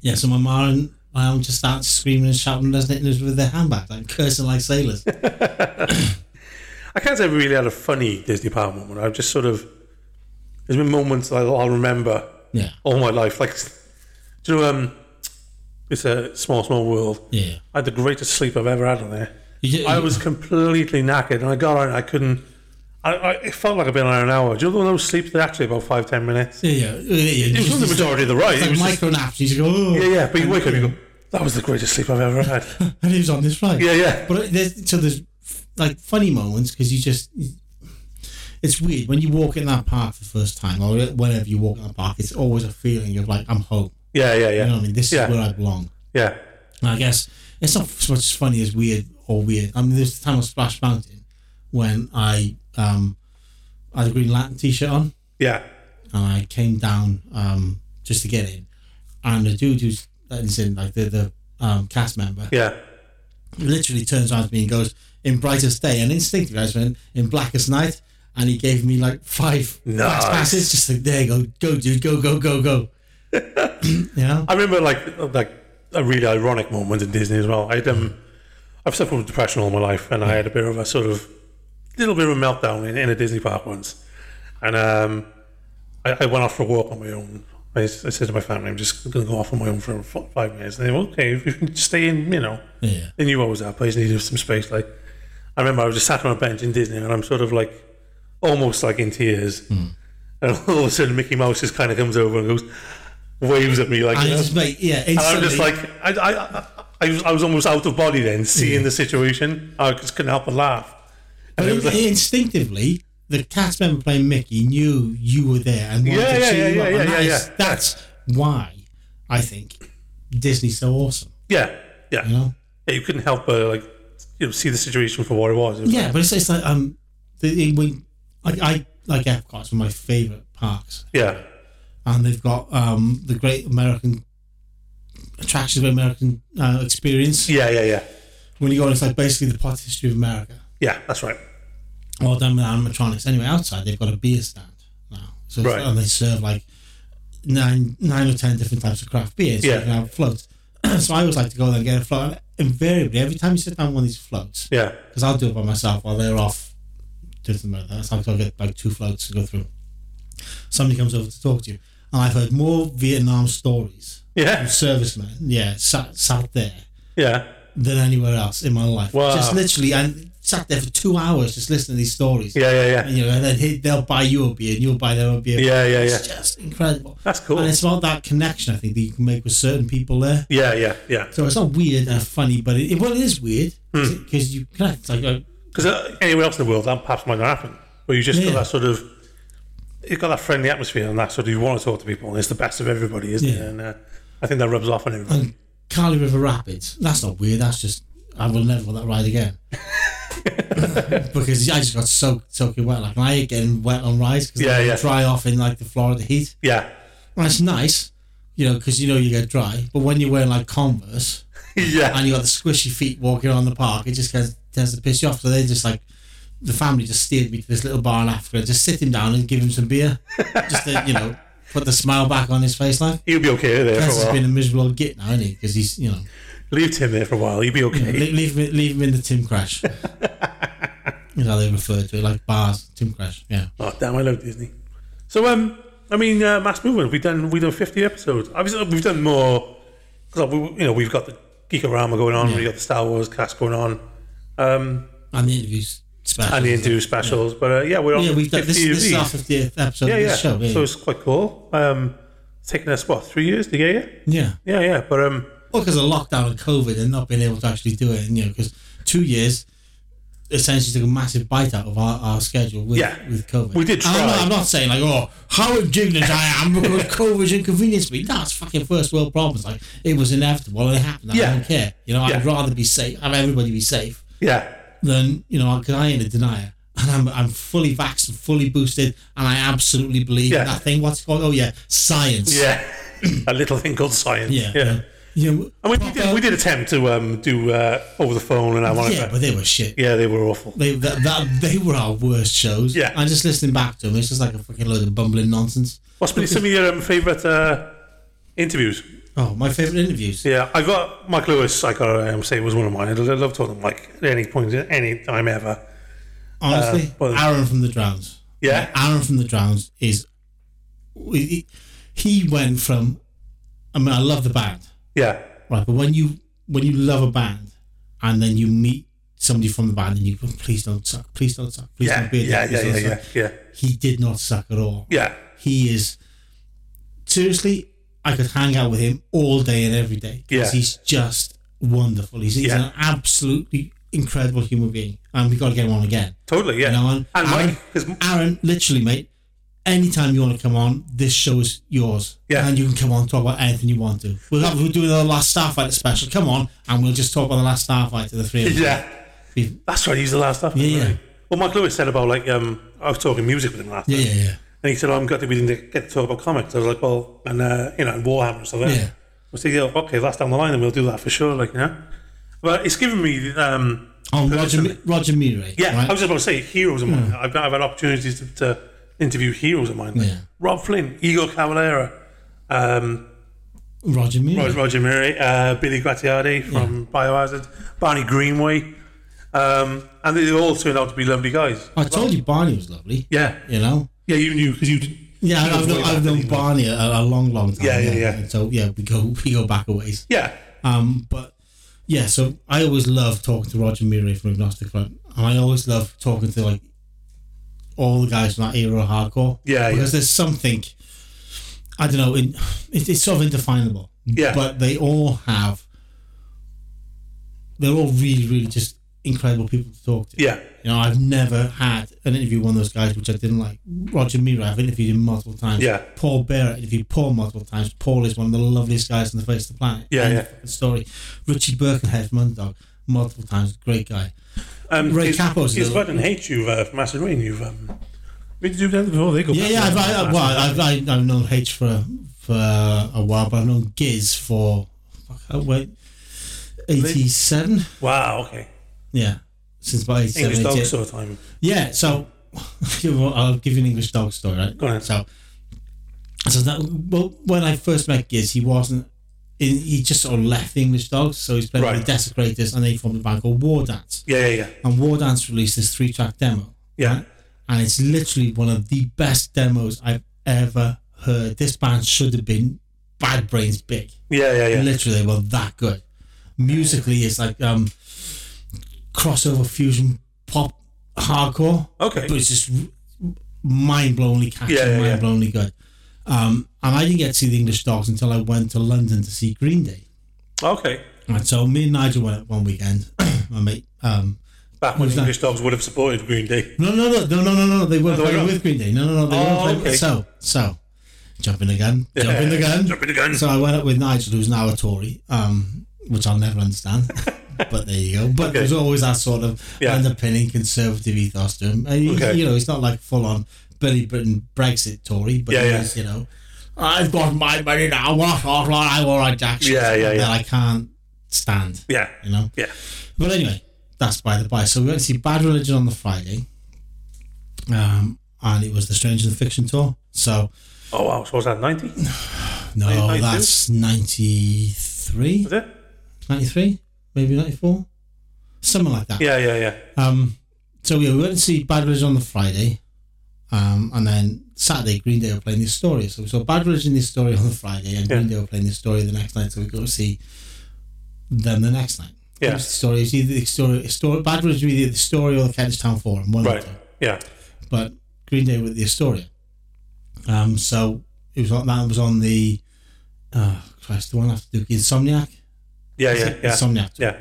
yeah, so my mom and my aunt just started screaming and shouting, doesn't it? And it was with their handbags, like cursing like *laughs* sailors. I can't say I really had a funny Disney park moment. I've just sort of there's been moments that I'll remember Yeah, all my life. Like, do you know, um, it's a small, small world. yeah. I had the greatest sleep I've ever had on there. You- I was completely knackered, and I got on. I couldn't. I, I it felt like I've been on an hour. Do you know those sleeps that are actually about five ten minutes? Yeah, yeah. yeah, yeah. It was on the majority of the ride. It It's was like just, micro naps. You just go, oh. yeah, yeah. But you wake up, *laughs* you go, "That was the greatest sleep I've ever had." *laughs* And he was on this ride. Yeah, yeah, But there's, so there's like funny moments because you just. It's weird when you walk in that park for the first time, or whenever you walk in that park. It's always a feeling of like I'm home. yeah, yeah, You know what yeah, I mean? This Yeah. is where I belong. yeah, And I guess it's not so much funny as weird or weird. I mean, there's the time on Splash Mountain when I um, I had a Green Lantern t-shirt on, yeah, and I came down um, just to get in, and the dude who's that is in like the the um, cast member yeah. literally turns around to me and goes, "In brightest day," and instinctively I just went, "In blackest night," and he gave me like five Nice. fast passes, just like there, you go, go, dude, go, go, go, *laughs* go. you know? I remember like like a really ironic moment in Disney as well. I'd um, I've suffered with depression all my life, and I had a bit of a sort of little bit of a meltdown in, in a Disney park once, and um, I, I went off for a walk on my own. I, s- I said to my family, "I'm just going to go off on my own for f- five minutes." And they were okay. If you can stay in, you know, Yeah. they knew I was up. I just needed some space. Like, I remember I was just sat on a bench in Disney, and I'm sort of like, almost like in tears. And all of a sudden, Mickey Mouse just kind of comes over and goes, waves at me like, And you know? it's mate, yeah, instantly. And I'm just like, I, I, I, I, was, I was almost out of body then, seeing the situation. I just couldn't help but laugh. And But it was like, instinctively, the cast member playing Mickey knew you were there and wanted Yeah, to yeah, cheer yeah, you yeah, up. yeah, and that yeah, is- yeah. That's why I think Disney's so awesome. yeah, yeah, You know? yeah. You couldn't help but like, you know, see the situation for what it was. It was Yeah, like- but it's, it's like um, the, when I, I like Epcot's one of my favorite parks, yeah, and they've got um the Great American Attractions of American uh, Experience. yeah, yeah, yeah, When you go, it's like basically the pot history of America. yeah. That's right. all done with animatronics. Anyway, outside they've got a beer stand now, so it's- Right. and they serve like nine, nine or ten different types of craft beers. So Yeah. you can have floats. *clears throat* so I always like to go there and get a float. And invariably, every time you sit down on one of these floats, Yeah, because I'll do it by myself while they're off doesn't matter. That's like I get like two floats to go through. Somebody comes over to talk to you, and I've heard more Vietnam stories Yeah. of servicemen. Yeah, sat sat there Yeah. than anywhere else in my life. Wow. Just literally, and sat there for two hours just listening to these stories. Yeah. Yeah. And, Yeah. you know, and then he, they'll buy you a beer, and you'll buy them a beer. Yeah. Yeah. Yeah. It's just incredible. That's cool. And it's about that connection, I think, that you can make with certain people there. Yeah. Yeah. Yeah. So it's not weird and funny, but it, well, it is weird Hmm. because you connect. Like, uh, Because uh, anywhere else in the world, that perhaps might not happen. But you just Yeah. got that sort of, you've got that friendly atmosphere and that sort of, you want to talk to people and it's the best of everybody, isn't Yeah. it? And uh, I think that rubs off on everybody. and Carly River Rapids. That's not weird. That's just I will never on that ride *laughs* again because I just got soaked, soaking wet. Like and I hate getting wet on rides because Yeah, I yeah. dry off in like the Florida heat. Yeah. *laughs* And it's nice, you know, because you know you get dry. But when you're wearing like Converse yeah. and you got the squishy feet walking around the park, it just gets, tends to piss you off. So they just like. The family just steered me to this little bar in Africa. Just sit him down and give him some beer, just to you know, put the smile back on his face. *laughs* Like You'll be okay there for Prince a has while. been a miserable old git now, isn't he? Because he's, you know, Leave Tim there for a while. You'll be okay. leave, leave, him, leave him in the Tim *laughs* Crash. you know, how they refer to it like bars, Tim Crash. Yeah. Oh damn! I love Disney. So um, I mean, uh, mass movement. We've done we've done fifty episodes. Obviously, we've done more because we you know we've got the Geekorama going on, we've got the Star Wars cast going on, um, And the interviews special. and the interview specials. But uh, yeah, we're on Yeah, we've done, fifty this, this is of our these. 50th episode Yeah, of yeah. this show. Yeah. So it's quite cool. Um, it's taken us what three years to get here? yeah. Yeah, yeah. But um, Well, because of lockdown and COVID and not being able to actually do it. And, you know, because two years essentially took a massive bite out of our, our schedule with, Yeah. with COVID. We did And I'm, try. not, I'm not saying, like, oh, how indignant I am because *laughs* COVID's inconvenienced me. That's fucking first world problems. Like, it was inevitable and it happened. I Yeah. don't care. You know, I'd Yeah. rather be safe, have everybody be safe yeah, than, you know, because I ain't a denier. And I'm, I'm fully vaxxed and fully boosted, and I absolutely believe Mm. Yeah. in that thing. What's it called? Oh, yeah, science. *coughs* yeah. a little thing called science. Yeah. yeah. You know, I mean, we did, we did attempt to um, do uh, over the phone and I wanted yeah, but they were shit. yeah, they were awful. They that, that they were our worst shows. Yeah. And just listening back to them, it's just like a fucking load of bumbling nonsense. What's been some of your um, favourite uh, interviews? Oh, my favorite interviews. Yeah, I got Mike Lewis. I got to um, say was one of mine. I lo- love talking to Mike at any point, at any time ever. Honestly, Uh, well- Aaron from the Drowns. Yeah, Aaron from the Drowns is he, he went from. I mean, I love the band, yeah, right? But when you when you love a band, and then you meet somebody from the band, and you go, please don't suck, please don't suck, please yeah, don't be there, yeah, yeah, please yeah, don't yeah, suck." yeah, He did not suck at all. yeah. he is seriously i could hang out with him all day and every day because Yeah. he's just wonderful he's, he's Yeah. an absolutely incredible human being and we've got to get him on again Totally, yeah. you know and, and aaron, Mike, because aaron literally mate anytime you want to come on this show is yours Yeah. and you can come on talk about anything you want to we'll, have, we'll do the last starfighter special come on and we'll just talk about the last starfighter the three of us yeah, We've- that's right. He's the last stuff. Yeah, yeah. Well, Mike Lewis said about like um, I was talking music with him last yeah night, yeah yeah and he said oh, I'm glad that we didn't get to talk about comics. I was like, well, and uh, you know, and Warhammer and stuff. Like Yeah. that. I was thinking, oh, okay, that's down the line, and we'll do that for sure. Like, you know, but it's given me um, oh roger, Listen. Mi- roger Mire, Yeah, right? I was just about to say heroes of mine. I've, I've had opportunities to, to interview heroes of mine. Yeah. Rob Flynn, Igor Cavalera, um, roger Mire. Roger, Roger Murray, uh, Billy Gratiardi from Biohazard, Barney Greenway, um, and they all turned out to be lovely guys. i told you barney was lovely Yeah, you know yeah, you knew because you did. Yeah, you I've know known, way back I've then, known you know. Barney a, a long, long time. Yeah, yeah, yeah. And so yeah, we go *laughs* we go back a ways. Yeah, Um, but yeah, so I always love talking to Roger Murray from Agnostic Front, and I always love talking to like all the guys from that era of hardcore. Yeah, because there's something I don't know. In, it, it's sort of indefinable. Yeah. but they all have. They're all really, really just incredible people to talk to. yeah, You know, I've never had an interview with one of those guys which I didn't like. Roger Mira, I've interviewed him multiple times. Yeah. Paul Bear, I interviewed Paul multiple times. Paul is one of the loveliest guys on the face of the planet. Yeah, End yeah. of fucking Story. Richie Birkenhead from Underdog, multiple times. Great guy. Um, Ray is- Capo's is the- Bud and Hate you uh, from Acid Rain. You've um, did you do that before? They go. Yeah, yeah. back I've, to I, that. well, I've, I, I've known H for for a while, but I've known Giz for fuck, oh, wait, eighty-seven. wow. Okay. Yeah, since about eighty-seven. English dog 88. sort of time. Yeah, so *laughs* well, I'll give you an English dog story, right? Go on. So, so that, well, when I first met Giz, he wasn't. In, he just sort of left the English dogs, so he's playing Right. with the Desecrators, and they formed a band called War Dance. Yeah, yeah, yeah, And War Dance released this three-track demo. yeah. right? and it's literally one of the best demos I've ever heard. This band should have been Bad Brains big. Yeah, yeah, yeah. Literally, they were that good. Musically, it's like um, crossover fusion pop hardcore. Okay. But it's just mind blowingly catchy, Yeah, yeah, yeah. mind blowingly good. Um, and I didn't get to see the English Dogs until I went to London to see Green Day. Okay. And so me and Nigel went out one weekend. *clears throat* my mate, um, Back when Who's that? English Dogs would have supported Green Day. no, no, no, no, no, no, no. They weren't Oh, they playing weren't? with Green Day. No, no, no. They Oh, weren't playing. okay. So, so, jumping the gun, jumping the gun, Jumping the gun. So I went up with Nigel, who's now a Tory, um, which I'll never *laughs* understand. but there you go. But there's always that sort of Yeah. underpinning conservative ethos to him. And he- Okay. You know, he's not like full on Billy Britain Brexit Tory, but Yeah, he yeah. is, you know, I've got my money now. What? What? What? I want a jack shit," Yeah, yeah, that yeah. I can't stand. yeah. You know. Yeah. But anyway, that's by the by. So we went to see Bad Religion on the Friday, um, and it was the Stranger Than Fiction tour. So Oh wow. So was that ninety? no, 92? that's ninety three, Was it? ninety three, maybe ninety four, something like that. Yeah, yeah, yeah. Um, so yeah, we went to see Bad Religion on the Friday, um, and then Saturday Green Day were playing this story. So we saw Bad Religion this story on the Friday, and Green Day were playing this story the next night. So we go to see them the next night. Yeah. It was the story. It was either the story, story Bad Religion was either the story or the Kentish Town Forum. One of Right. the two. Yeah. But Green Day with the Astoria. Um, so it was on that was on the uh, Christ the one after Duke Insomniac. Yeah, yeah, yeah. Insomniac. Yeah.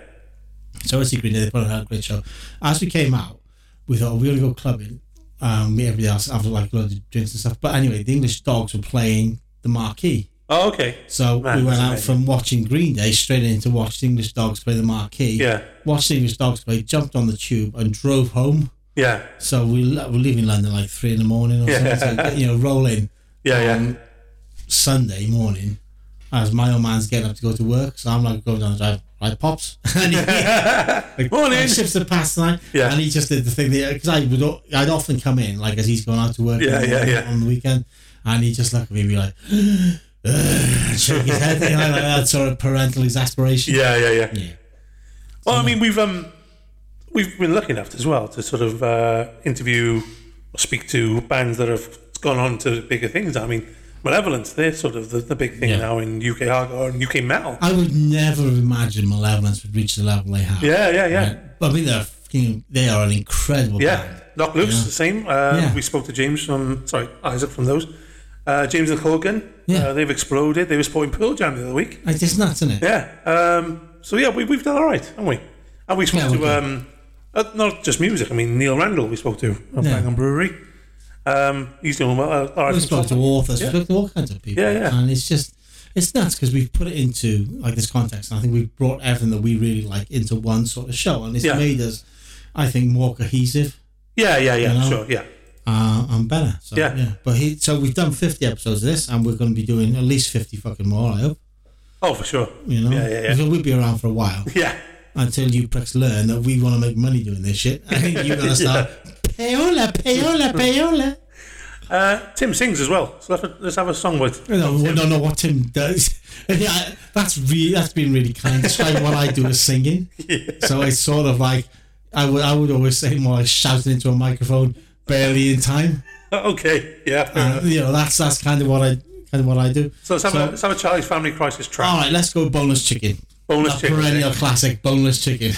So obviously Green Day, they put on a great show. As we came out, we thought we are gonna go clubbing. Um, we everybody else have like loads of drinks and stuff. But anyway, the English Dogs were playing the Marquee. Oh, okay. So Man, we went that's out amazing. from watching Green Day straight into watch the English Dogs play the Marquee. Yeah. Watched the English Dogs play, jumped on the tube and drove home. Yeah. So we le- we're leaving London like three in the morning or Yeah. something. So, you know, rolling Yeah, yeah. Um, Sunday morning as my old man's getting up to go to work. So I'm like going down the drive, right, pops. *laughs* and he, *laughs* Morning. shifts the past night. Yeah. And he just did the thing because I would o- I'd often come in like as he's going out to work. Yeah, on, the- yeah, yeah. on the weekend, and he just looked at me and be like, *gasps* and shake his head, you know, like that sort of parental exasperation. Yeah, yeah, yeah. Yeah. Well, I mean, we've um, we've been lucky enough as well to sort of uh, interview or speak to bands that have gone on to bigger things. I mean, Malevolence, they're sort of the, the big thing Yeah. Ah. now in UK hardcore and UK metal. I would never have imagined Malevolence would reach the level they have. yeah, yeah, yeah. But I mean, they're fucking, they are an incredible Yeah, band. Knock Loose, Yeah. the same. Uh, Yeah. We spoke to James from, sorry, Isaac from those. Uh, James and Corgan, Yeah. uh, they've exploded. They were supporting Pearl Jam the other week. Like, it's nuts, isn't it? Yeah. Um, so yeah, we, we've done all right, haven't we? And we spoke Yeah, we to did. um, uh, not just music. I mean, Neil Randall. We spoke to at Yeah. Bangham Brewery. Um, he's doing well. Uh, all right we for spoke to himself. authors, Yeah. we spoke to all kinds of people. Yeah, yeah. And it's just, it's nuts because we've put it into like this context. And I think we've brought everything that we really like into one sort of show. And it's Yeah. made us, I think, more cohesive Yeah, yeah, yeah. You know? Sure. Yeah. uh, and better. So, Yeah. But he, so we've done 50 episodes of this and we're going to be doing at least 50 fucking more, I hope. Oh, for sure. You know? Yeah, yeah, yeah. So we'll be around for a *laughs* while Yeah. until you pricks learn that we want to make money doing this shit. I think *laughs* you're going to start, payola, payola, payola. Uh, Tim sings as well. So let's, let's have a song with. *laughs* No, well, no, no. What Tim does, *laughs* yeah, I- that's really that's been really kind. Describe what I do as *laughs* singing. So it's sort of like I would I would always say more like shouting into a microphone, barely in time. Okay. Yeah. fair And, enough. you know, that's that's kind of what I kind of what I do. Uh-huh. so let's have, a, let's have a Charlie's Family Crisis track. all right, let's go boneless chicken. boneless That chicken. perennial classic, boneless chicken.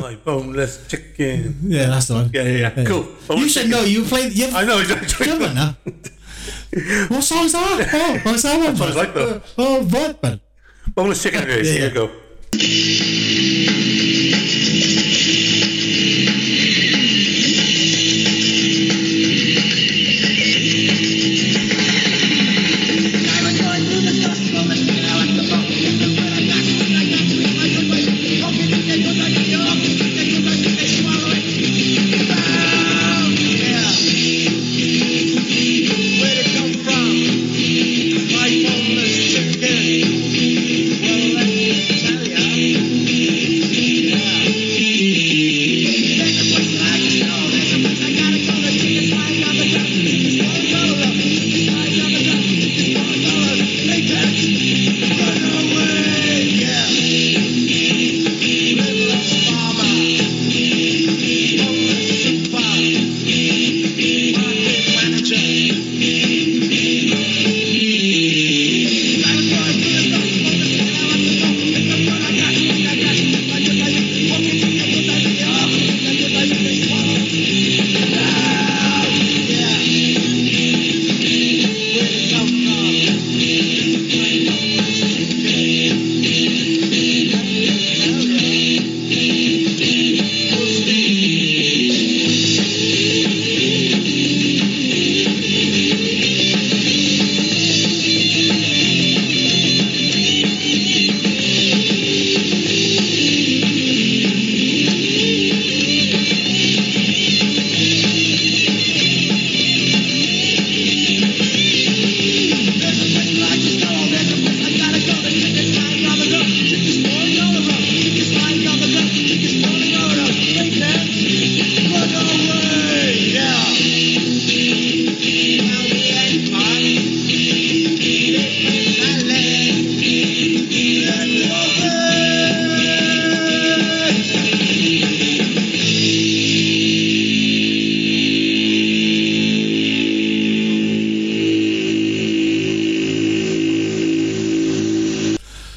My boneless chicken. Yeah, that's the one. Yeah, yeah, yeah. Cool. You Boneless should chicken. know. You played. You *laughs* I know exactly. Come on *laughs* now. What song's that? Oh, what's that one? Sounds like that. Oh, what man? Boneless chicken. it is. Yeah, yeah. Here you go. Yeah.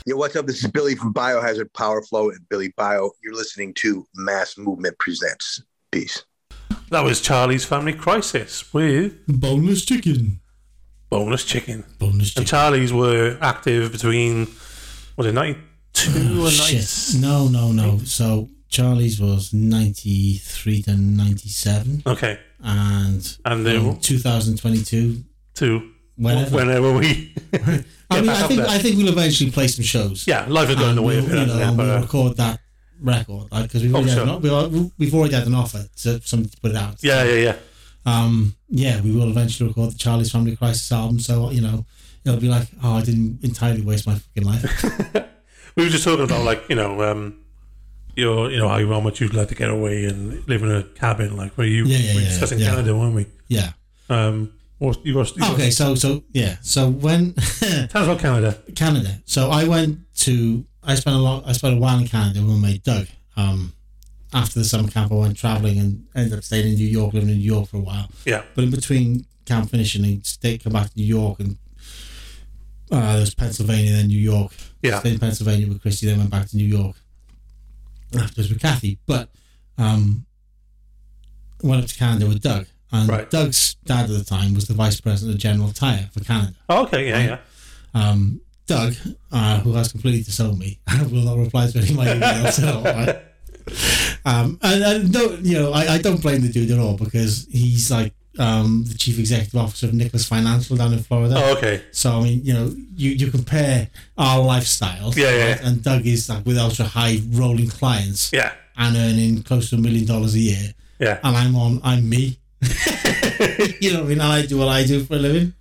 what's up? This is Billy from Biohazard Power Flow and Billy Bio. You're listening to Mass Movement Presents. Peace. That was Charlie's Family Crisis with Boneless chicken. Bonus Chicken. Boneless chicken. And Charlie's were active between, was it 92 Oh, and shit. 90? No, no, no. So Charlie's was 93 to 97. Okay. And, um, And they in were- 2022, To Mm. whenever. whenever we. *laughs* I get mean, back I up think, there. I think we'll eventually play some shows. yeah, life has gone And the way we'll, of it. Um, you know, hasn't it? and But, *laughs* we'll uh, record that record because we've, Oh, already had sure. an op- we- we've already had an offer to somebody to put it out. Yeah, yeah, yeah. Um, yeah, we will eventually record the Charlie's Family Crisis album. So you know, it'll be like, oh, I didn't entirely waste my fucking *laughs* life. We were just talking about like you know, um, your you know how, how much you'd like to get away and live in a cabin, like where you Yeah, yeah, we were yeah, discussing yeah. Canada, weren't we? yeah. Um, what you was, you was- Okay. So so yeah. So when *laughs* Tell us about Canada. Canada. So I went to I spent a lot I spent a while in Canada with my mate Doug. Um, after the summer camp, I went traveling and ended up staying in New York, living in New York for a while. Yeah, But in between camp finishing, I stayed, come back to New York and uh, there was Pennsylvania, then New York. Yeah. Stayed in Pennsylvania with Christy, then went back to New York afterwards with Kathy. But um, went up to Canada with Doug. And Right. Doug's dad at the time was the vice president of General Tire for Canada. oh, okay, yeah, yeah. Um, Doug, uh, who has completely disowned me, *laughs* will not reply to any of my emails at all. right? Um, and, and no, you know, I, I don't blame the dude at all because he's like um, the chief executive officer of Nicholas Financial down in Florida. Oh, okay, So I mean, you know, you, you compare our lifestyles, Yeah, yeah. right? and Doug is like with ultra high rolling clients yeah, and earning close to a million dollars a year, yeah, and I'm on, I'm me. *laughs* you know what I mean? And I do what I do for a living,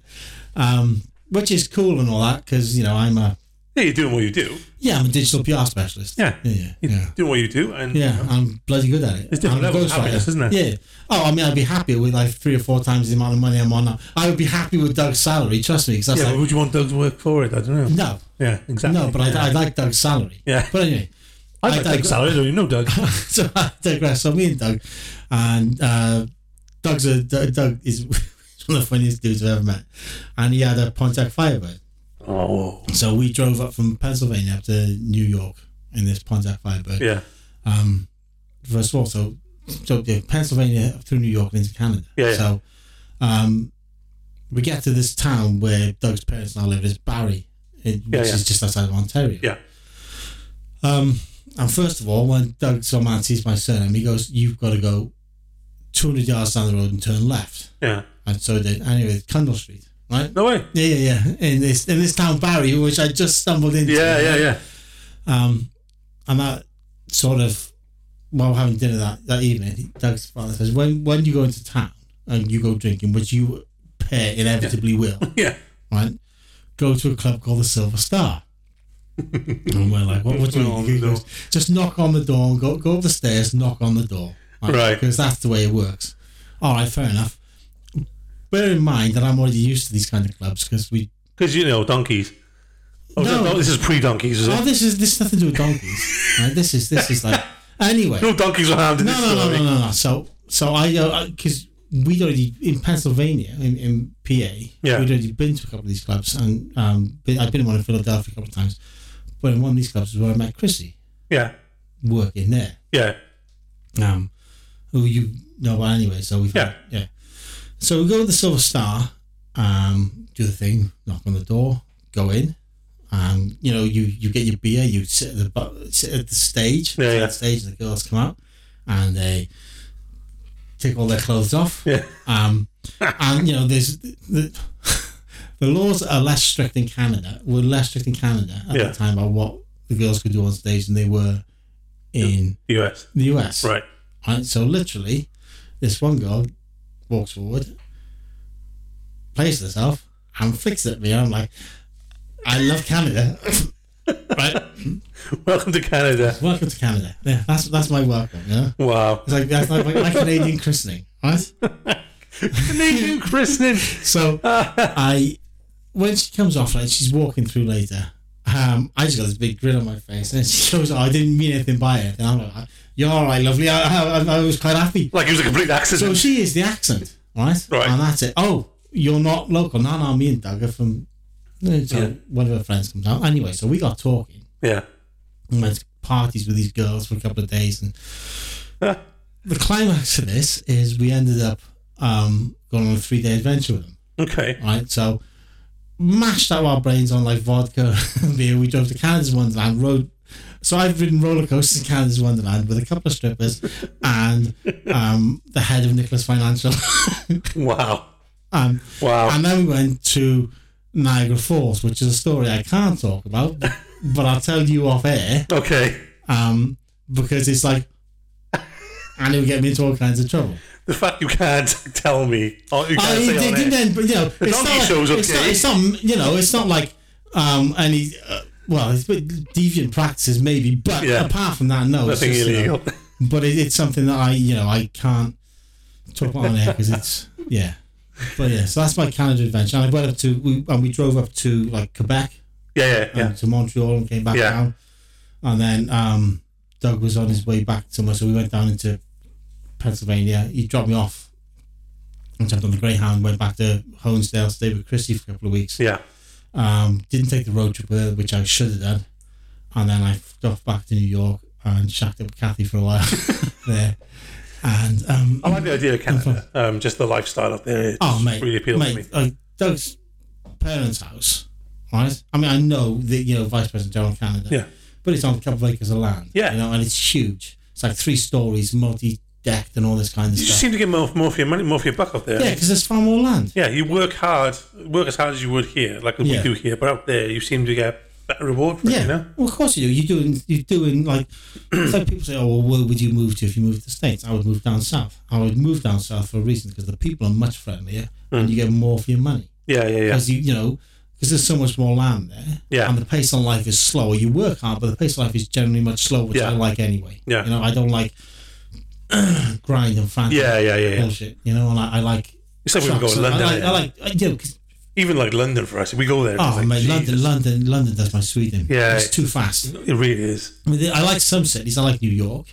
um, which is cool and all that because you know I'm a yeah. You're doing what you do. yeah I'm a digital PR specialist. Yeah. yeah, You're yeah. doing what you do, and Yeah, I'm bloody good at it. It's different I'm a levels of ghostwriter. happiness, isn't it? Yeah. Oh, I mean, I'd be happy with like three or four times the amount of money I'm on now. I would be happy with Doug's salary, trust me, because that's yeah. but like, would you want Doug to work for it? I don't know. no, Yeah, exactly. no, but yeah. I, I like Doug's salary. Yeah. But anyway, I I like Doug's dig- salary. Don't you *laughs* know Doug? so I digress. So me and Doug, and uh, Doug's a, D- Doug is *laughs* one of the funniest dudes I've ever met, and he had a Pontiac Firebird. oh, So we drove up from Pennsylvania up to New York in this Pontiac Firebird. yeah, Um, first of all, so so yeah, Pennsylvania up through New York and into Canada. Yeah, yeah. So, um, we get to this town where Doug's parents now live. Is Barry, it, which Yeah, yeah. is just outside of Ontario. yeah. Um, and first of all, when Doug Solman sees my surname, he goes, "You've got to go 200 yards down the road and turn left." Yeah. And so did anyway, Cundall Street, right? No way. Yeah, yeah, yeah. In this in this town Barry, which I just stumbled into. Yeah, yeah, yeah. Um, and that sort of while we're having dinner that, that evening, Doug's father says, "When when you go into town and you go drinking, which you pair inevitably will, Yeah. right? Go to a club called the Silver *laughs* Star." and we're like, what, what do you Knock on mean? He the goes, door. Just knock on the door, and go, go up the stairs, knock on the door. Right. Because that's the way it works. All right, fair enough. Bear in mind that I'm already used to these kind of clubs because we. Because you know donkeys. Oh, No. no. this is pre-donkeys, is it? Oh, this is this has nothing to do with donkeys. right? This is this is like *laughs* anyway. No donkeys were harmed in No, this no, no, story. no, no, no. So, so I because we'd already in Pennsylvania in, in PA. Yeah. we'd already been to a couple of these clubs, and um, been, I've been in one in Philadelphia a couple of times. But in one of these clubs is where I met Chrissy Yeah, working there. yeah, Um, who you know about anyway? So we Yeah. yeah. So we go to the Silver Star, um, do the thing, knock on the door, go in. Um, you know, you, you get your beer, you sit at the bu- sit at the stage, Yeah, sit at yeah. the stage, and the girls come out, and they take all their clothes off. yeah. *laughs* Um, and you know, there's the, *laughs* the laws are less strict in Canada. Were less strict in Canada at Yeah. the time about what the girls could do on stage than they were in U.S. the US. Right. *laughs* Right, so literally, this one girl walks forward, plays herself, and flicks at me. I'm like, I love Canada. *laughs* right, Welcome to Canada. welcome to Canada. Yeah, that's that's my welcome. Yeah, Wow. it's like that's like my, my Canadian christening. Right, Canadian christening. so I when she comes off, like she's walking through later. Um, I just got this big grin on my face, and she goes, oh, "I didn't mean anything by it." And I'm like, "You're all right, lovely. I, I, I was quite happy." Like it was a complete So accident. she is the accent, right? Right. And that's it. Oh, you're not local. No, no, me and Doug are from so Yeah. one of her friends comes out. Anyway, so we got talking. Yeah. and went to parties with these girls for a couple of days. And the climax of this is we ended up um, going on a three day adventure with them. Okay. Right, so mashed out our brains on like vodka *laughs* and beer. We drove to Canada's Wonderland. Rode, so I've ridden roller coasters in Canada's Wonderland with a couple of strippers and um, the head of Nicholas Financial. *laughs* Wow. um, Wow. and then we went to Niagara Falls, which is a story I can't talk about, *laughs* but I'll tell you off air okay. um, because it's like, and it would get me into all kinds of trouble. The fact you can't tell me. Oh, you I can't mean, say they on didn't air. end, but you know, it's not, donkey like, show's it's, okay. not, it's not, you know, it's not like um, any, uh, well, it's a bit deviant practices maybe, but Yeah. apart from that, no, it's Nothing just, uh, you know, illegal. *laughs* but it, it's something that I, you know, I can't talk about on air because it's, yeah, but yeah, so that's my Canada adventure. And I went up to, we, and we drove up to like Quebec yeah, yeah, and yeah. to Montreal and came back Yeah. down, and then um, Doug was on his way back somewhere, so we went down into Pennsylvania. He dropped me off and jumped on the Greyhound, went back to Honesdale, stayed with Christy for a couple of weeks. Yeah. Um, didn't take the road trip with her, which I should have done. And then I got back to New York and shacked up with Kathy for a while *laughs* there. And um, I like the idea of Canada. Um, just the lifestyle up there. It's oh mate, really appeals mate, to me. Like Doug's parents' house, right? I mean, I know that you know Vice President General of Canada, Yeah. but it's on a couple of acres of land, Yeah. you know, and it's huge. It's like three stories, multi-decked, and all this kind of You just stuff. seem to get more, more for your money, more for your buck up there. Yeah, because there's far more land. Yeah, you work hard, work as hard as you would here, like we Yeah. do here, but out there you seem to get better reward for it, Yeah, you know? well, of course you do. You're doing, you're doing like. *clears throat* it's like people say, "Oh, well, where would you move to if you moved to the states?" I would move down south. I would move down south for a reason because the people are much friendlier and you get more for your money. Yeah, Mm. yeah, yeah. because you you know because there's so much more land there. Yeah. And the pace of life is slower. You work hard, but the pace of life is generally much slower, which Yeah. I like anyway. Yeah. You know, I don't like *clears throat* grind and fancy Yeah, yeah, yeah, yeah. bullshit. You know, and I, I like. It's like when we go trucks. to London. I like, yeah. I like, I, you know, 'cause- Even like London for us, we go there. oh it's like, mate, Jesus, London, London, London does my Sweden. Yeah. it's too fast. It really is. I, mean, I like some cities. I like New York.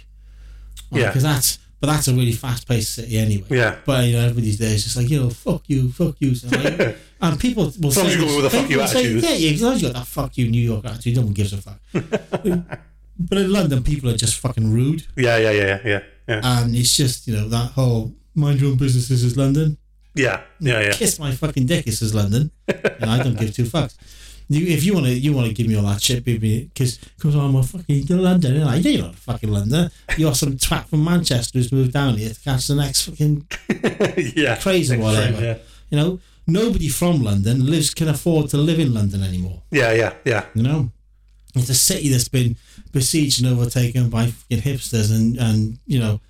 Yeah. because that's but that's a really fast-paced city anyway. Yeah. But you know, everybody's there. It's just like you know, fuck you, fuck you, so, *laughs* like, and people will long say as you go this- with a fuck people you say, attitude. Yeah, yeah, as long as you got that fuck you New York attitude, no one gives a *laughs* fuck. but in London, people are just fucking rude, Yeah, yeah, yeah, yeah, yeah. and it's just you know that whole mind your own business. This is London. yeah, yeah, yeah. Kiss my fucking dick. This is London, and I don't give two fucks. You, if you want to, you want to give me all that shit, baby, because I'm a fucking London, and I know you're not a fucking London. You're some twat from Manchester who's moved down here to catch the next fucking *laughs* yeah. crazy or Next whatever. train, yeah. You know, nobody from London lives can afford to live in London anymore. yeah, yeah, yeah. You know, it's a city that's been besieged and overtaken by fucking hipsters and and you know,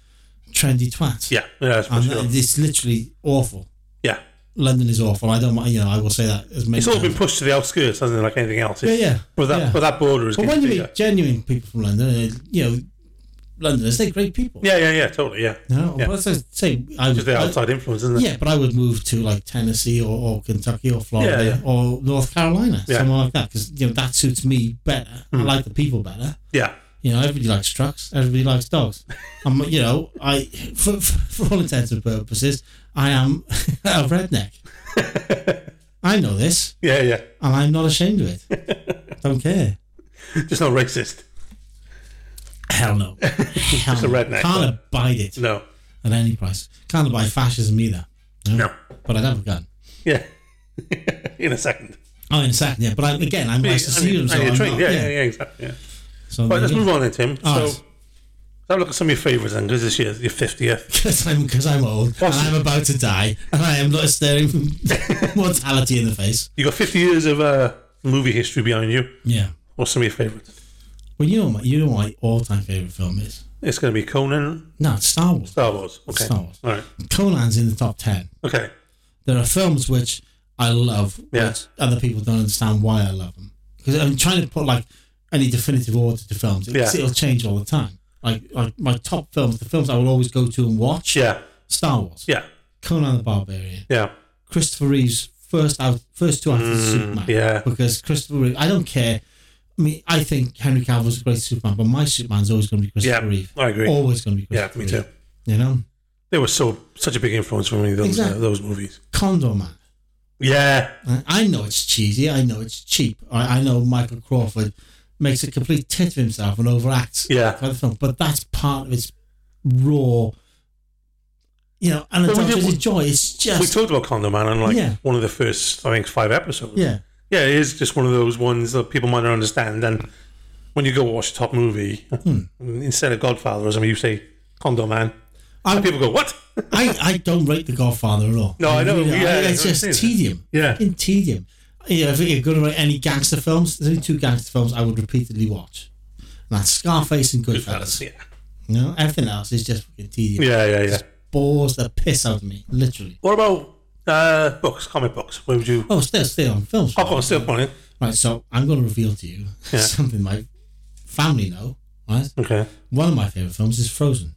trendy twats. Yeah, yeah, that's for and sure. it's literally awful. Yeah. London is awful. I don't. want- You know, I will say that as many It's all been times. pushed to the outskirts, hasn't it, like anything else? Yeah, yeah. But that, yeah. but that border is But getting when you bigger. meet genuine people from London, uh, you know, Londoners, they're great people. Yeah, yeah, yeah, totally, yeah. You know? Yeah. But as I say, I Just would, the I- outside influence, isn't it? Uh, Yeah, but I would move to like Tennessee or, or Kentucky or Florida Yeah, yeah. or North Carolina, Yeah. Hmm. somewhere like that, because you know that suits me better. I like the people better. Yeah, You know, everybody likes trucks. Everybody likes dogs. I'm, you know, I for, for all intents and purposes, I am *laughs* a *laughs* redneck. I know this, yeah, yeah. *laughs* and I'm not ashamed of it. Don't care. Just not racist. Hell *laughs* no. Hell a no. redneck, Can't though. abide it No, at any price. Can't abide fascism either. you know? no. But I'd have a gun. Yeah. *laughs* In a second. Oh, in a second, yeah. But I, again, I'm licensed to I need- see them, I so need a I'm train. not. yeah, yeah, yeah, exactly. Yeah. So Right, let's move on then, Tim. All so, right. let's have a look at some of your favourites then, because this year's your 50th. Because I'm, *laughs* 'cause I'm old and Awesome. I'm about to die and I am not staring *laughs* mortality in the face. you got 50 years of uh, movie history behind you. Yeah. What's some of your favourites? Well, you know my, you know what my all-time favorite film is? It's going to be Conan, No, it's Star Wars. Star Wars. Okay. Star Wars. All right. Conan's in the top ten. Okay. There are films which I love, Yeah. which other people don't understand why I love them. Because I'm trying to put like any definitive order to films. It, Yeah. It'll change all the time. Like, like my top films, the films I will always go to and watch. Yeah. Star Wars, Yeah. Conan the Barbarian, Yeah. Christopher Reeve's first out, first two outfits of Superman. Mm, yeah. Because Christopher Reeve, I don't care. I mean, I think Henry Cavill's a great Superman, but my Superman's always going to be Yeah. Christopher Reeve. I agree. Always going to be yeah, Christopher me Reeve. too. You know, They were so such a big influence for me, those, Exactly. uh, those movies. Condor Man. Yeah. I- I know it's cheesy. I know it's cheap. I, I know Michael Crawford makes a complete tit of himself and overacts Yeah. throughout the film. But that's part of its raw, you know, and Well, we it's did- his joy. It's We just talked about Condor Man in like Yeah. one of the first, I think, five episodes. yeah, Yeah, it is just one of those ones that people might not understand. And when you go watch a top movie, Hmm. *laughs* instead of Godfather or something, you say Condor Man. I- and people go, what? I, I don't rate The Godfather at all. No, I know, yeah, I it's know, just I've seen it. tedium. Yeah. Fucking tedium. You know, if you're going to rate any gangster films, there's only two gangster films I would repeatedly watch. And that's Scarface and Goodfellas. *laughs* yeah. You know, everything else is just fucking tedium. Yeah, yeah, yeah. Bores the piss out of me, literally. What about uh, books, comic books? Where would you? Oh, still, still on films. Oh, go on, still on it. Right, so I'm going to reveal to you *laughs* something my family know. Right, Okay. one of my favorite films is Frozen.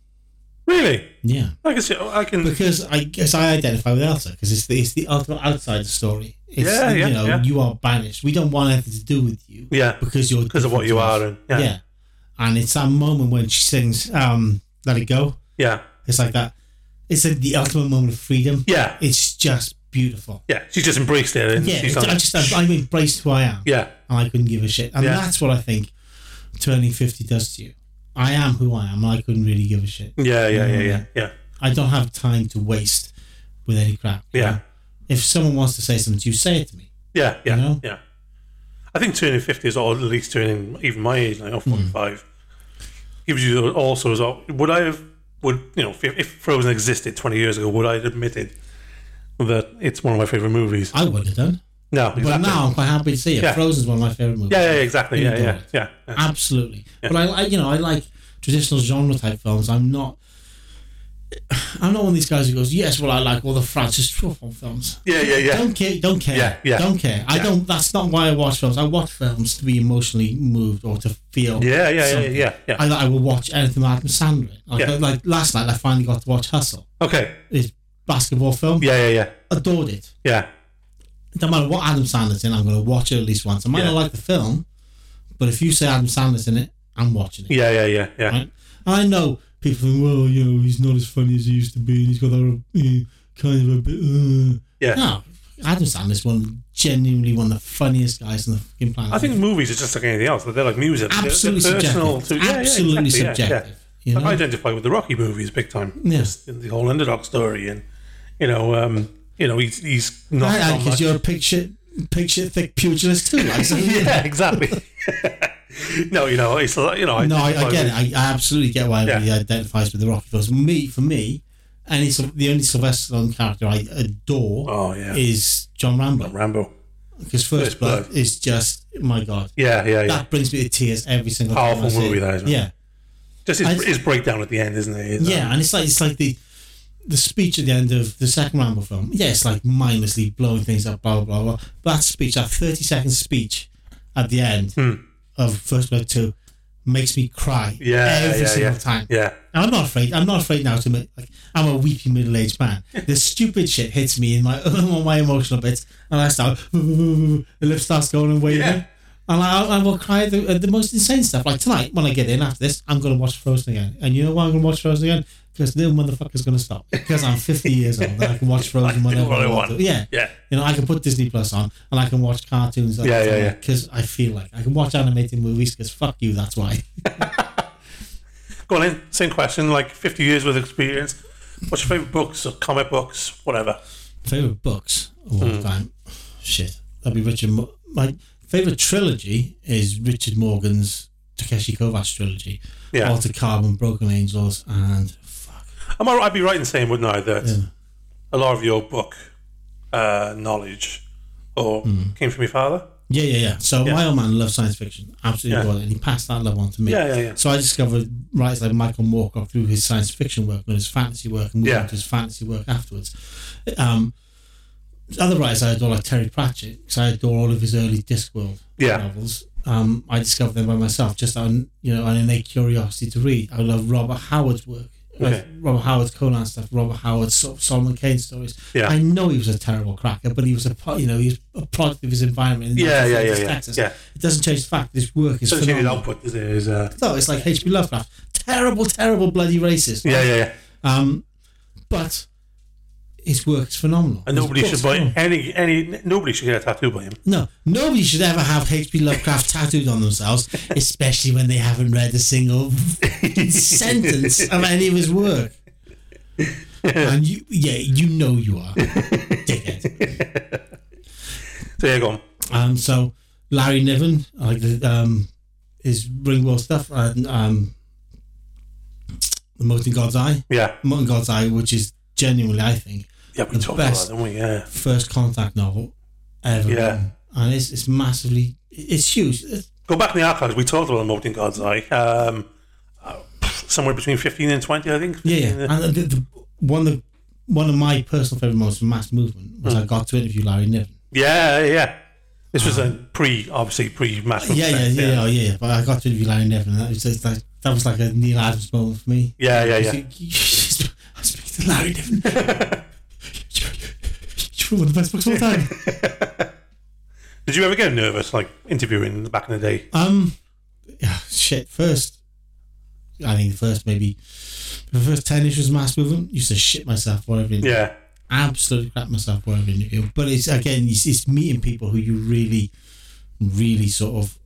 Really? Yeah, I can see. I can. because I guess I identify with Elsa because it's the it's the ultimate outsider story. It's, Yeah, yeah, you know, yeah. you are banished. We don't want anything to do with you. Yeah. because you're Because of what different you to us. are, and Yeah. yeah, yeah, and it's that moment when she sings um, "Let It Go." yeah. It's like that. It's like the ultimate moment of freedom. Yeah. it's just beautiful. She just embraced it, and Yeah, it's, she's like, I just I, I've embraced who I am. yeah, and I couldn't give a shit. And Yeah. that's what I think turning 50 does to you. I am who I am, and I couldn't really give a shit. yeah, yeah, Mm, yeah, yeah, yeah, I don't have time to waste with any crap. you Yeah. know? If someone wants to say something to you, say it to me. yeah, yeah, You know? yeah. I think turning fifty is, or at least turning even my age, like oh, Mm. forty-five, gives you also as well. Would I have? Would you know if, if Frozen existed twenty years ago? Would I have admitted that it's one of my favorite movies? I would have done. No, But exactly. now I'm quite happy to see it. Yeah. Frozen's one of my favourite movies. yeah, yeah, exactly, yeah, yeah, Indeed. yeah, yeah, Absolutely. But I, I, you know, I like traditional genre type films. I'm not. I'm not one of these guys who goes, yes, well, I like all the Francis Truffaut films. yeah, yeah, yeah. Don't care. Don't care. Yeah, yeah. Don't care. I Yeah. don't. That's not why I watch films. I watch films to be emotionally moved or to feel. Yeah, yeah, yeah, something. yeah, yeah. I, I will watch anything with Adam Sandler. in. Like, Yeah. like last night, I finally got to watch Hustle, Okay. his basketball film. Yeah, yeah, yeah, Adored it. yeah, No matter what Adam Sandler's in, I'm going to watch it at least once. I might Yeah. not like the film, but if you say Adam Sandler's in it, I'm watching it. yeah, yeah, yeah, yeah. Right? And I know people think, well, you know, he's not as funny as he used to be, and he's got that uh, kind of a bit. Uh, yeah. no, Adam Sandler's one genuinely one of the funniest guys on the fucking planet. I think movies are just like anything else. They're like music. They're- absolutely they're personal subjective. to- yeah, yeah, absolutely exactly, yeah, yeah. subjective. You know? I identify with the Rocky movies big time. Yeah. Just in the whole underdog story, and you know, um, you know, he's he's not. I- I- not much- you're a picture picture thick pugilist too. Like, so, you know. *laughs* yeah, *laughs* exactly. no, you know, it's like- you know. No, I, I identify get it. with- I, I absolutely get why everybody Yeah. identifies with the Rocky films. Me, for me, and it's the only Sylvester Stallone character I adore Oh yeah, is John Rambo Rambo. because First, First Blood, Blood. is just my god. Yeah, yeah, yeah. That brings me to tears every single time. Powerful I see movie, it. that is, man. Yeah, just his, I- his breakdown at the end, isn't it? Is, uh, yeah, and it's like it's like the the speech at the end of the second Rambo film. Yeah, it's like mindlessly blowing things up, blah blah blah. blah. But that speech, that thirty second speech at the end Hmm. of First Blood Two, makes me cry yeah, every yeah, single yeah. time. Yeah, And I'm not afraid. I'm not afraid now to admit, like I'm a weepy middle aged *laughs* man. The stupid shit hits me in my *laughs* on my emotional bits, and I start *laughs* the lip starts going and waving. Yeah. And I, I will cry at the, at the most insane stuff. Like tonight, when I get in after this, I'm going to watch Frozen again. And you know why I'm going to watch Frozen again? Because no motherfucker's going to stop. Because I'm 50 years old and I can watch Frozen *laughs* I do whenever what I want. want. to. Yeah. Yeah. You know, I can put Disney Plus on and I can watch cartoons. Yeah, yeah, yeah. Because I feel like I can watch animated movies because fuck you, that's why. Go on in. Same question. Like fifty years with experience. What's your favorite books or comic books, whatever? favorite books of all time. Shit, that'd be Richard. Mo- my favorite trilogy is Richard Morgan's Takeshi Kovacs trilogy, Yeah. Altered Carbon, Broken Angels, and fuck, Am I right? I'd be right in saying, wouldn't I, that a lot of your book uh, knowledge or Hmm. came from your father? yeah, yeah, yeah. So my old man loved science fiction, absolutely Yeah. loved it, and he passed that love on to me. Yeah, yeah, yeah. So I discovered writers like Michael Moorcock through his science fiction work and his fantasy work, and moved Yeah. on to his fantasy work afterwards. Um, other writers I adore, like Terry Pratchett, because I adore all of his early Discworld Yeah. novels. Um, I discovered them by myself, just on you know an innate curiosity to read. I love Robert Howard's work, like Okay. Robert Howard's Conan stuff, Robert Howard's Sol- Solomon Kane stories. Yeah. I know he was a terrible cracker, but he was a pro- you know he was a product of his environment. in Yeah, yeah, yeah, 1930s yeah, Texas. yeah. It doesn't change the fact that his work is So it's phenomenal. output is, is uh, No, it's like H.P. Lovecraft. Terrible, terrible bloody racist. yeah, yeah, yeah, Um, but Um, his work's phenomenal. And nobody His should buy work's phenomenal. any any. Nobody should get a tattoo by him. No, nobody should ever have H.P. Lovecraft tattooed on *laughs* themselves, especially when they haven't read a single sentence of any of his work. And you, yeah, you know you *laughs* are, dickhead. So yeah, go on. Um, so Larry Niven, like the, um, his Ringworld stuff, and um, the Moten God's Eye, Yeah, Moten God's Eye, which is genuinely, I think, yeah, we The talked about that, best. didn't we? Yeah, first contact novel ever. Yeah. written. and it's it's massively, it's huge. It's- go back in the archives. We talked about Molding God's Eye. Um, uh, somewhere between fifteen and twenty, I think. uh, Yeah, yeah. And the, the, one of the, one of my personal favorite moments from Mass Movement was I got to interview Larry Niven. yeah, yeah. This was a pre, obviously pre mass. Uh-huh. Yeah, yeah, yeah, yeah, oh, yeah, yeah. But I got to interview Larry Niven. and That was just like that was like a Neil Adams moment for me. yeah, yeah, yeah. I speak to Larry Niven. *laughs* You're one of the best books of all time. Did you ever get nervous like interviewing back in the day? Um, yeah, shit. First, I think the first maybe the first ten issues of Mass Movement used to shit myself for every Yeah, absolutely crap myself wherever I knew. But it's again, it's, it's meeting people who you really, really sort of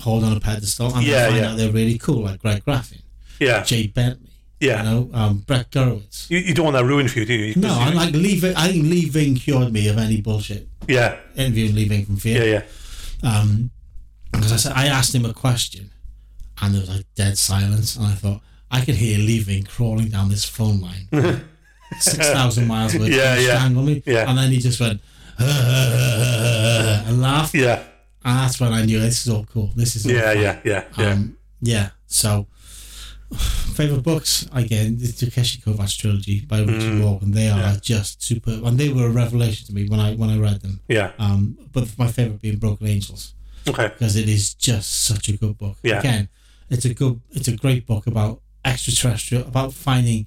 hold on a pedestal and Yeah, yeah, find yeah. out they're really cool, like Greg Graffin, yeah, Jay Bentley, yeah. you know, um, Brett Gurewitz. You, you don't want that ruined for you, do you? 'Cause No, you- I like Lee. Ving, I think Lee Ving cured me of any bullshit. Yeah, Interviewing Lee Ving from yeah, Fear, yeah. um, because I said I asked him a question, and there was like dead silence, and I thought I could hear Lee Ving crawling down this phone line. *laughs* six thousand miles away. Yeah, Yeah, yeah. yeah. Strangle me. Yeah. And then he just went *laughs* and laughed. Yeah, And that's when I knew this is all cool. This is all yeah, fun. yeah, yeah, yeah. Um, yeah. So favorite books again, the Takeshi Kovacs trilogy by Richard Morgan. They are just superb, and they were a revelation to me when I when I read them. yeah. Um, but my favorite being Broken Angels Okay. because it is just such a good book. Yeah. Again, it's a good, it's a great book about extraterrestrial, about finding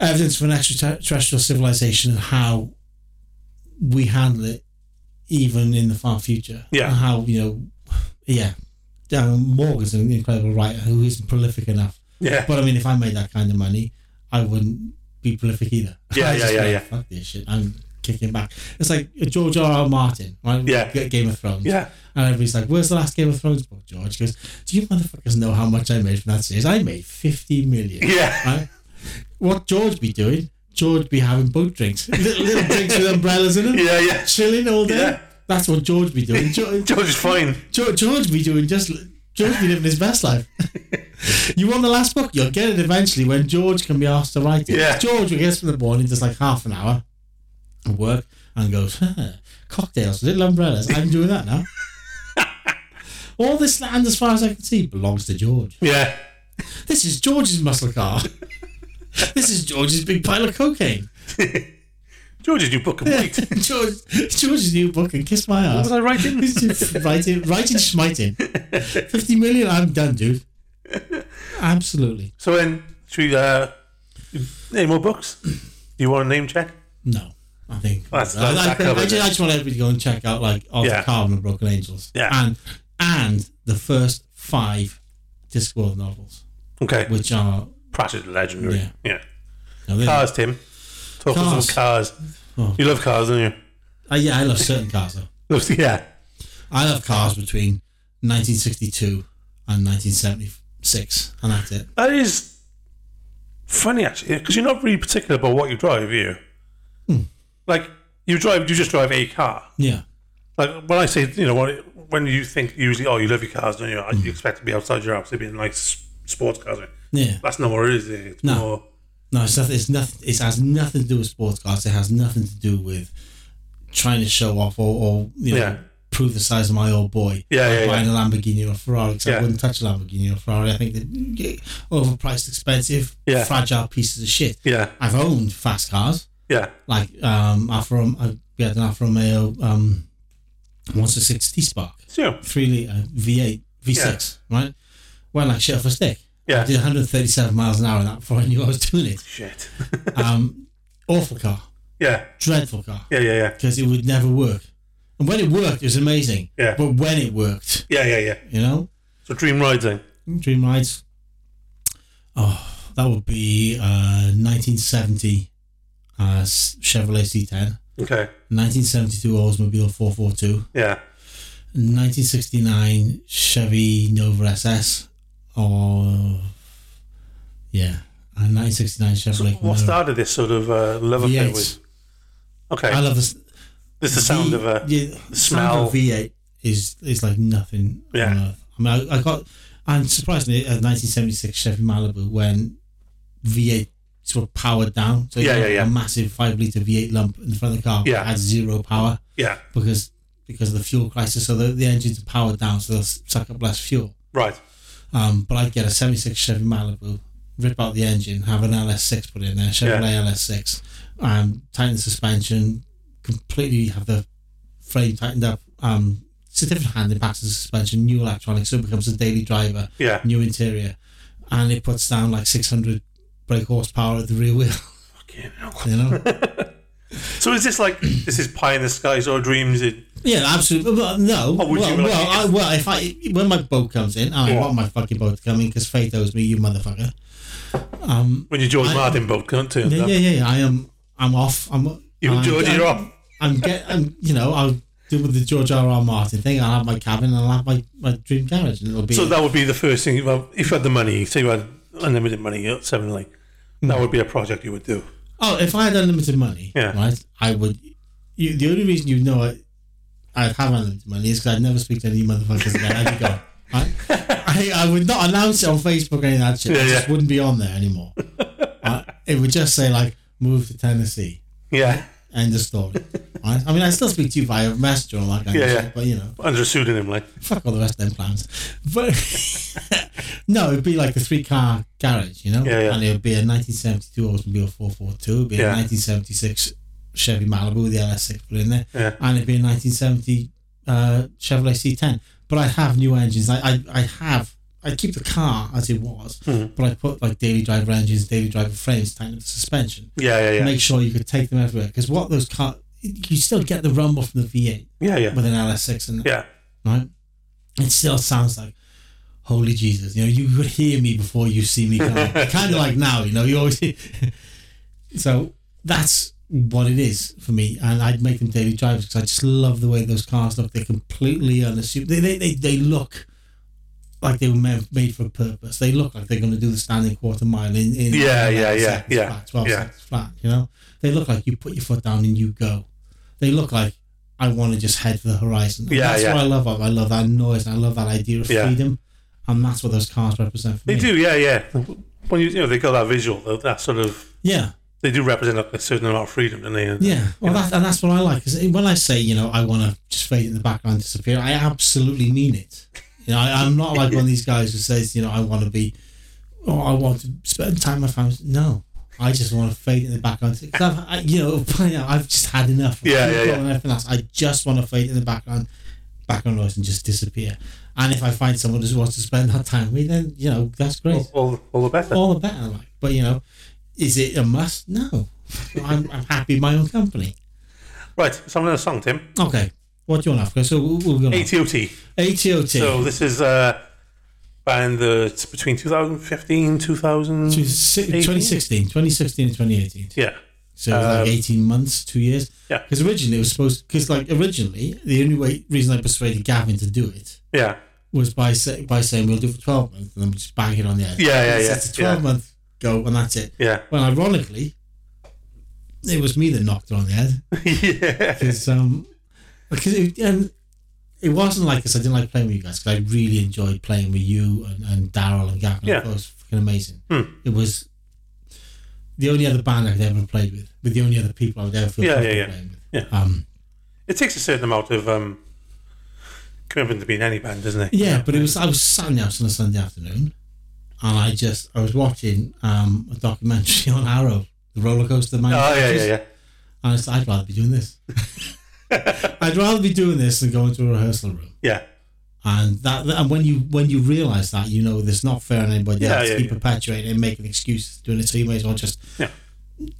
evidence of an extraterrestrial civilization and how we handle it, even in the far future. Yeah. And how you know, yeah. Dan Morgan's an incredible writer who isn't prolific enough. Yeah, But I mean, if I made that kind of money, I wouldn't be prolific either. *laughs* Yeah, I yeah, just yeah, go, yeah. Fuck this shit. I'm kicking back. It's like George R. R. Martin, right? Yeah. G- Game of Thrones. yeah. And everybody's like, Where's the last Game of Thrones book, George? He goes, Do you motherfuckers know how much I made from that series? I made 50 million. Yeah. Right? What George be doing? George be having boat drinks, *laughs* little, little drinks with umbrellas in them, *laughs* Yeah, yeah. chilling all day. Yeah. That's what George be doing. George, George is fine. George, George be doing just George be living his best life. you want the last book, you'll get it eventually when George can be asked to write it. Yeah. George will get up in the morning, does like half an hour of work, and goes, huh, cocktails, little umbrellas. I'm doing that now. All this land, as far as I can see, belongs to George. Yeah, This is George's muscle car. this is George's big pile of cocaine. George's new book complete. *laughs* George, George's new book and kiss my ass. Was I right *laughs* in? writing, writing, schmiting. Fifty million, I'm done, dude. Absolutely So then, should we uh, name more books? *clears throat* Do you want a name check? no. I think That's- I, that's- I, that covers I just, it. I just want everybody to go and check out like Arthur Yeah. Carvin and Broken Angels. Yeah. and and the first five Discworld novels, Okay. which are Pratchett Legendary. Yeah. Yeah. no, they- Cars, Tim. Talk us about cars. Oh. You love cars, don't you? uh, yeah, I love certain cars though. Love to- yeah. I love cars between 1962 and 1976, and that's it. That is funny, actually, because you're not really particular about what you drive, are you? Hmm. Like, you drive, you just drive a car. Yeah, Like, when I say, you know, when, when you think usually, oh, you love your cars, don't you? Hmm. You expect to be outside your house, they'd be in like s- sports cars. right? yeah. That's not what it is. is it? It's No. more. No, it's nothing. It's nothing. It has nothing to do with sports cars. It has nothing to do with trying to show off or, or you know Yeah. prove the size of my old boy. Yeah, by yeah, Buying a Lamborghini or a Ferrari. 'cause Yeah. I wouldn't touch a Lamborghini or a Ferrari. I think they're overpriced, expensive, Yeah. fragile pieces of shit. Yeah. I've owned fast cars Yeah. like um Alfa. Rom- I we had an Alfa Romeo um, 160 Spark, So, three liter V8, V6, right? Went like shit off a stick. I yeah. did 137 miles an hour in that before I knew I was doing it. Shit. *laughs* Um, awful car, yeah. dreadful car, Yeah, yeah, yeah. because it would never work. And when it worked, it was amazing. Yeah. But when it worked, Yeah, yeah, yeah. you know, So dream riding. Dream Rides. Oh, that would be uh, 1970 uh, Chevrolet C10, Okay. 1972 Oldsmobile 442, Yeah. 1969 Chevy Nova SS, or yeah, and 1969 So Chevrolet. what Monaro. started this sort of uh, love affair V8. with? Okay. I love this. It's the sound V- of uh, a yeah, the sound smell. of V8 is is like nothing. Yeah. on earth. I mean, I, I got and surprisingly a 1976 Chevy Malibu when V8 sort of powered down, so you Yeah, had yeah, yeah. a massive five liter V8 lump in the front of the car. Yeah. had zero power yeah. because because of the fuel crisis. So the, the engines are powered down, so they'll suck up less fuel. Right. Um, but I'd get a 76 Chevy Malibu, rip out the engine, have an LS6 put in there, Chevrolet LS6, um, tighten the suspension, completely have the frame tightened up, um, certificate hand impacts the suspension, new electronics, so it becomes a daily driver, Yeah. new interior, and it puts down like 600 brake horsepower at the rear wheel, *laughs* Fucking hell. you know? So is this like this is pie in the sky sort of dreams? It, Yeah, absolutely. Well, no. Or would well, you like- well, I, well, if I when my boat comes in, I Yeah. want my fucking boat to come in because fate owes me, you motherfucker. Um, when your George I- Martin boat can't turn yeah, up. yeah, yeah, yeah. I am. I'm off. I'm. You I'm, George, I'm, you're off. I'm get. I'm. You know, I'll do with the George R. R. Martin thing. I'll have my cabin. and I'll have my, my dream garage, and it'll be. So that would be the first thing. Well, if you had the money, say you had unlimited money, uh, seven like, Mm. that would be a project you would do. oh, if I had unlimited money, Yeah. right? I would. You, the only reason you know I, I'd have unlimited money is because I'd never speak to any motherfuckers again. I'd be gone. *laughs* Right? I, I would not announce it on Facebook or any of that shit. Yeah, it just yeah. wouldn't be on there *laughs* anymore. Right? It would just say like, "Move to Tennessee." Yeah, End of story. Right? I mean, I still speak to you via messenger and all that kind Yeah, of yeah. shit, but you know, under a pseudonym, like fuck all the rest of them plans. But *laughs* no, it'd be like the three car garage, you know? Yeah, yeah. And it would be a 1972 Oldsmobile 442, it'd be Yeah. a 1976 Chevy Malibu with the LS6 put in there, Yeah. and it'd be a 1970 uh, Chevrolet C10. But I have new engines. I, I, I have. I keep the car as it was, Hmm. but I put like daily driver engines, daily driver frames, tighten up the suspension, yeah, yeah, yeah, make sure you could take them everywhere. Because what those car, you still get the rumble from the V8 yeah, yeah, with an LS6 and yeah, right? It still sounds like holy Jesus. You know, you could hear me before you see me *laughs* coming. kind of like now, you know, you always. *laughs* so that's what it is for me, and I'd make them daily drivers because I just love the way those cars look. They're completely unassuming. They they they, they look. Like they were ma- made for a purpose. They look like they're going to do the standing quarter mile in, in Yeah, in yeah, eleven yeah, seconds yeah, flat, twelve yeah. seconds flat. You know, they look like you put your foot down and you go. They look like I want to just head for the horizon. And Yeah, that's yeah. what I love. of 'em. I love that noise. And I love that idea of Yeah. freedom, and that's what those cars represent for They me. do, yeah, yeah. When you, you know, they got that visual, tho- that sort of, Yeah, they do represent a certain amount of freedom, don't they? yeah. Well, that, and that's what I like. 'Cause when I say you know I want to just fade in the background, disappear, I absolutely mean it. You know, I, I'm not like one of these guys who says you know I want to be, oh, I want to spend time with my family. No. I just want to fade in the background because I've, I, you know, *laughs* I've just had enough. Yeah, I've got yeah, yeah. Enough and else. I just want to fade in the background background noise and just disappear. And if I find someone who wants to spend that time with me, then you know that's great, All, all, all the better. all of that. I like. But you know, is it a must? No, I'm, I'm happy in my own company. Right, so I'm going to song, Tim. Okay, what do you want after? So we're going to ATOT. ATOT. So this is uh, band that's between 2015, 2018. 2016, 2016 and 2018. Yeah, So it was like Um, 18 months, two years. Yeah. Because originally it was supposed, because like originally, the only way, reason I persuaded Gavin to do it yeah, was by say, by saying we'll do it for 12 months and then we just bang it on the end. Yeah, yeah, It's- yeah, It's a 12 yeah. month go and that's it. yeah, *laughs* Well, ironically, it was me that knocked it on the head yeah, because um, because it, and it wasn't like this. I didn't like playing with you guys because I really enjoyed playing with you and, and Daryl and Gavin. Yeah. it was fucking amazing. Hmm. It was the only other band I'd ever played with, with the only other people I would ever feel Yeah, yeah, comfortable yeah. playing with. Yeah. Um, It takes a certain amount of um, commitment to be in any band, doesn't it? Yeah, but it was I was sat in the house on a Sunday afternoon, and I just I was watching um, a documentary *laughs* on Arrow, the roller coaster man. Oh yeah, yeah, yeah. And I said, I'd rather be doing this. I'd rather be doing this than going to a rehearsal room. *laughs* Yeah, And that, and when you when you realise that, you know, it's not fair on anybody Yeah, else. yeah, keep yeah. perpetuating and making excuses doing it, so you may as well just Yeah.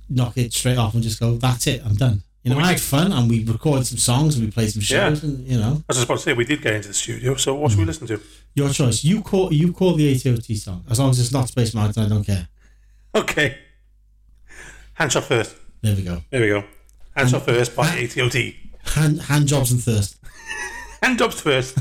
knock it straight off and just go. That's it. I'm done. You know, Well, I we had did- fun and we recorded some songs and we played some Yeah. shows and you know. I was just about to say we did get into the studio. So what should Hmm. we listen to? Your choice. You call you call the ATOT song. As long as it's not Space Mountain, I don't care. Okay, hand shot first. There we go. There we go. Hands off first by ATOT. Hand, hand jobs and *laughs* thirst. Hand jobs first.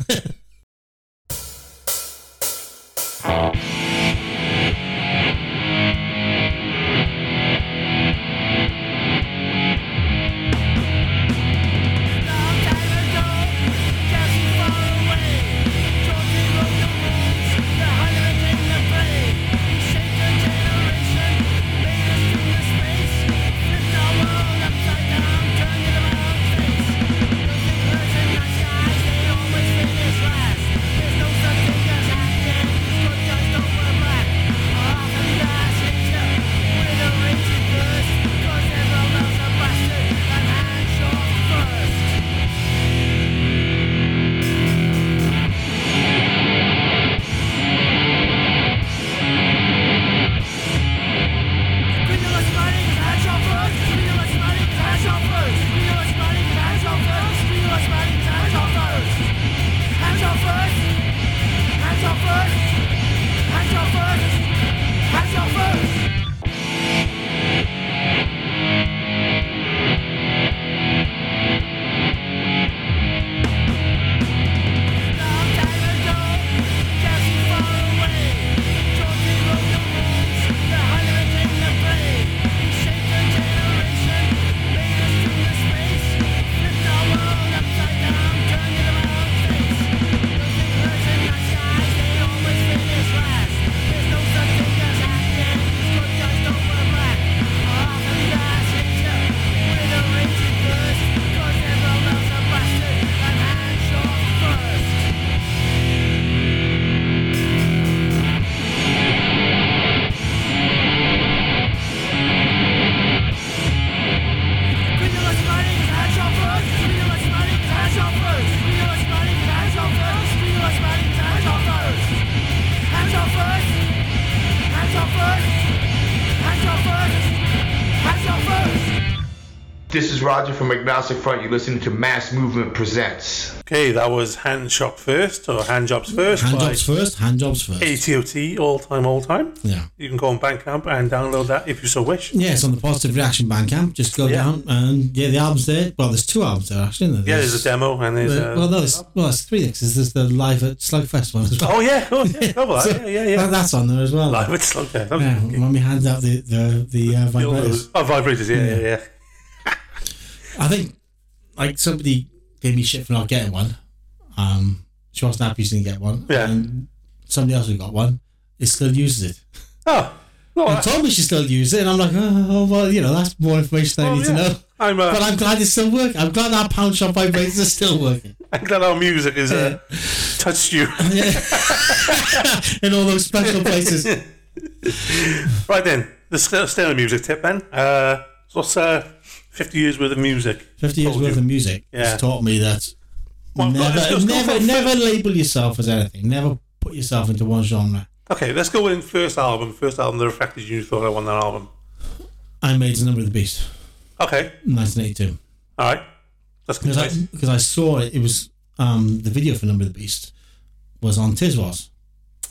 First. First! Hands off first! This is Roger from Agnostic Front. You're listening to Mass Movement Presents. Okay, that was hand shop first or hand jobs first Hand by jobs first. Hand jobs first. ATOT all time, all time. Yeah. You can go on Bandcamp and download that if you so wish. Yeah, it's on the Positive Reaction Bandcamp. Just go Yeah. down and yeah, the album's there. Well, there's two albums there actually. Isn't there? Yeah, there's a demo and there's the- well, no, a. there's, well, there's three because there's the live at Slugfest one as well. Oh, yeah, oh, *laughs* yeah, oh, well, yeah, yeah, That- yeah. that's on there as well. Live, it's like that. Yeah, when we hand out the the, the uh, vibrators, Oh, vibrators, yeah, yeah, yeah. I think like somebody gave me shit for not getting one. Um, she wasn't happy she didn't get one. Yeah. And somebody else who got one, it still uses it. Oh, well, And told me she still uses it, and I'm like, oh, oh, well, you know, that's more information I well, need to oh, yeah. know. I'm, uh, But I'm glad it's still working. I'm glad our pound shop vibrators are still working. I'm glad our music has uh, touched you. in all those special places. right then, the st- stereo music tip then. Uh, so what's uh, 50 years worth of music? 50 years Told you. worth of music Yeah. has taught me that Well, never, let's- let's go never, for- never label yourself as anything. Never put yourself into one genre. Okay, let's go in first album. First album that affected you. You thought I won that album. I made the number of the beast Okay, in 1982 all right. That's good. because I, because I saw it. It was um, the video for Number of the Beast was on Tiswas,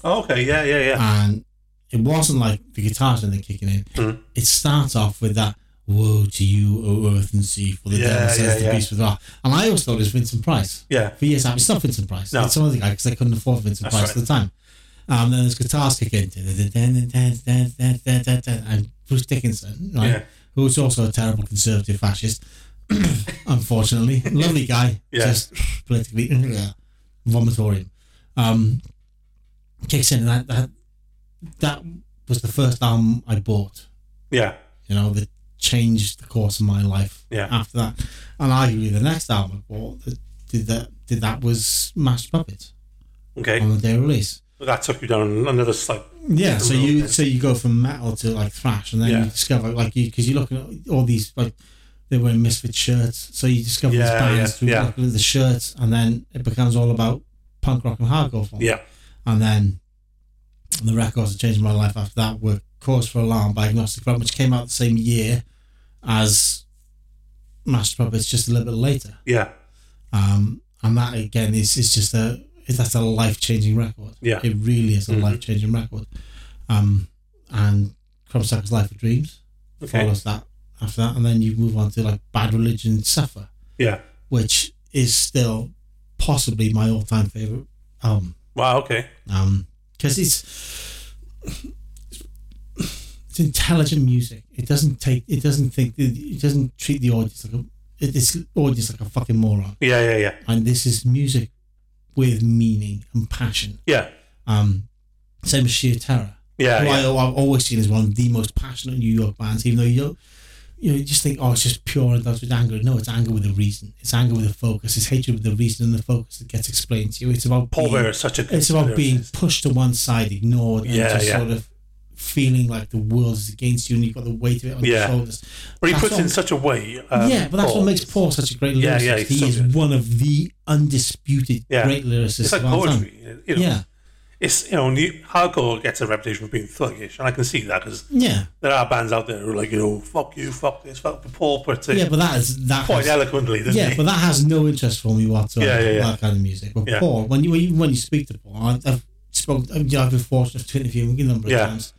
Oh, okay, yeah, yeah, yeah. and it wasn't like the guitars and they kicking in. Hmm. It starts off with that "Woe to you, O Earth and Sea, for the Yeah, devil says yeah, the yeah. beast with wrath." And I always thought it was Vincent Price. yeah. for years. I mean, it's not Vincent Price. No. It's some other guy because they couldn't afford Vincent That's Price right. at the time. Um, then there's guitars kick in, and Bruce Dickinson, right, Yeah. who's also a terrible conservative fascist, *coughs* unfortunately, lovely guy, *laughs* Yeah. just politically uh, vomitorium. Um, kicks in, and that, that that was the first album I bought Yeah. you know, that changed the course of my life Yeah. after that. And arguably the next album I bought that did that did that was Mashed Puppets Okay. on the day of release. that took you down another slight. Yeah, so you so you go from metal to like thrash, and then Yeah. you discover like you because you're looking at all these like they were misfit shirts, so you discover Yeah, these bands yeah, through yeah. looking at the shirts, and then it becomes all about punk rock and hardcore. For me. Yeah. and then the records that changed my life after that were Cause for Alarm by Agnostic Front, which came out the same year as Master Puppets, just a little bit later. Yeah. Um, and that again is is just a is that's a life changing record. Yeah. it really is a Mhm. life changing record. Um, and Crumbsucker's Life of Dreams Okay. follows that after that, and then you move on to like Bad Religion, Suffer, Yeah. which is still possibly my all-time favorite album. Wow. Okay. um because it's it's intelligent music it doesn't take it doesn't think it doesn't treat the audience like a it- it's audience like a fucking moron Yeah. Yeah. Yeah. and this is music with meaning and passion Yeah. um same as sheer terror Yeah. who Oh, yeah. I, I've always seen as one of the most passionate New York bands, even though you don't, you know, you just think, oh, it's just pure and that's with anger. No, it's anger with a reason. It's anger with a focus. It's hatred with a reason and the focus that gets explained to you. It's about Paul being, Bearer is such a. good it's about being lyricist. pushed to one side, ignored, and Yeah, just yeah. sort of feeling like the world is against you and you've got the weight of it on Yeah. your shoulders. But he That's puts it in what- such a way. Um, yeah, but that's what makes Paul such a great Yeah, lyricist. yeah, he's he so is good. one of the undisputed Yeah. great lyricists It's like of our time. poetry. You know, Yeah, It's you know, new, hardcore gets a reputation for being thuggish, and I can see that because yeah, there are bands out there who are like you know, fuck you, fuck this, fuck. But Paul puts it yeah. But that is that. quite is- eloquently, doesn't yeah, he? but that has no interest for me whatsoever. Yeah, yeah, yeah. That kind of music. But Yeah. Paul, when you when you, when you speak to Paul, I, I've spoken. I mean, I've been fortunate to interview him a number of Yeah. times.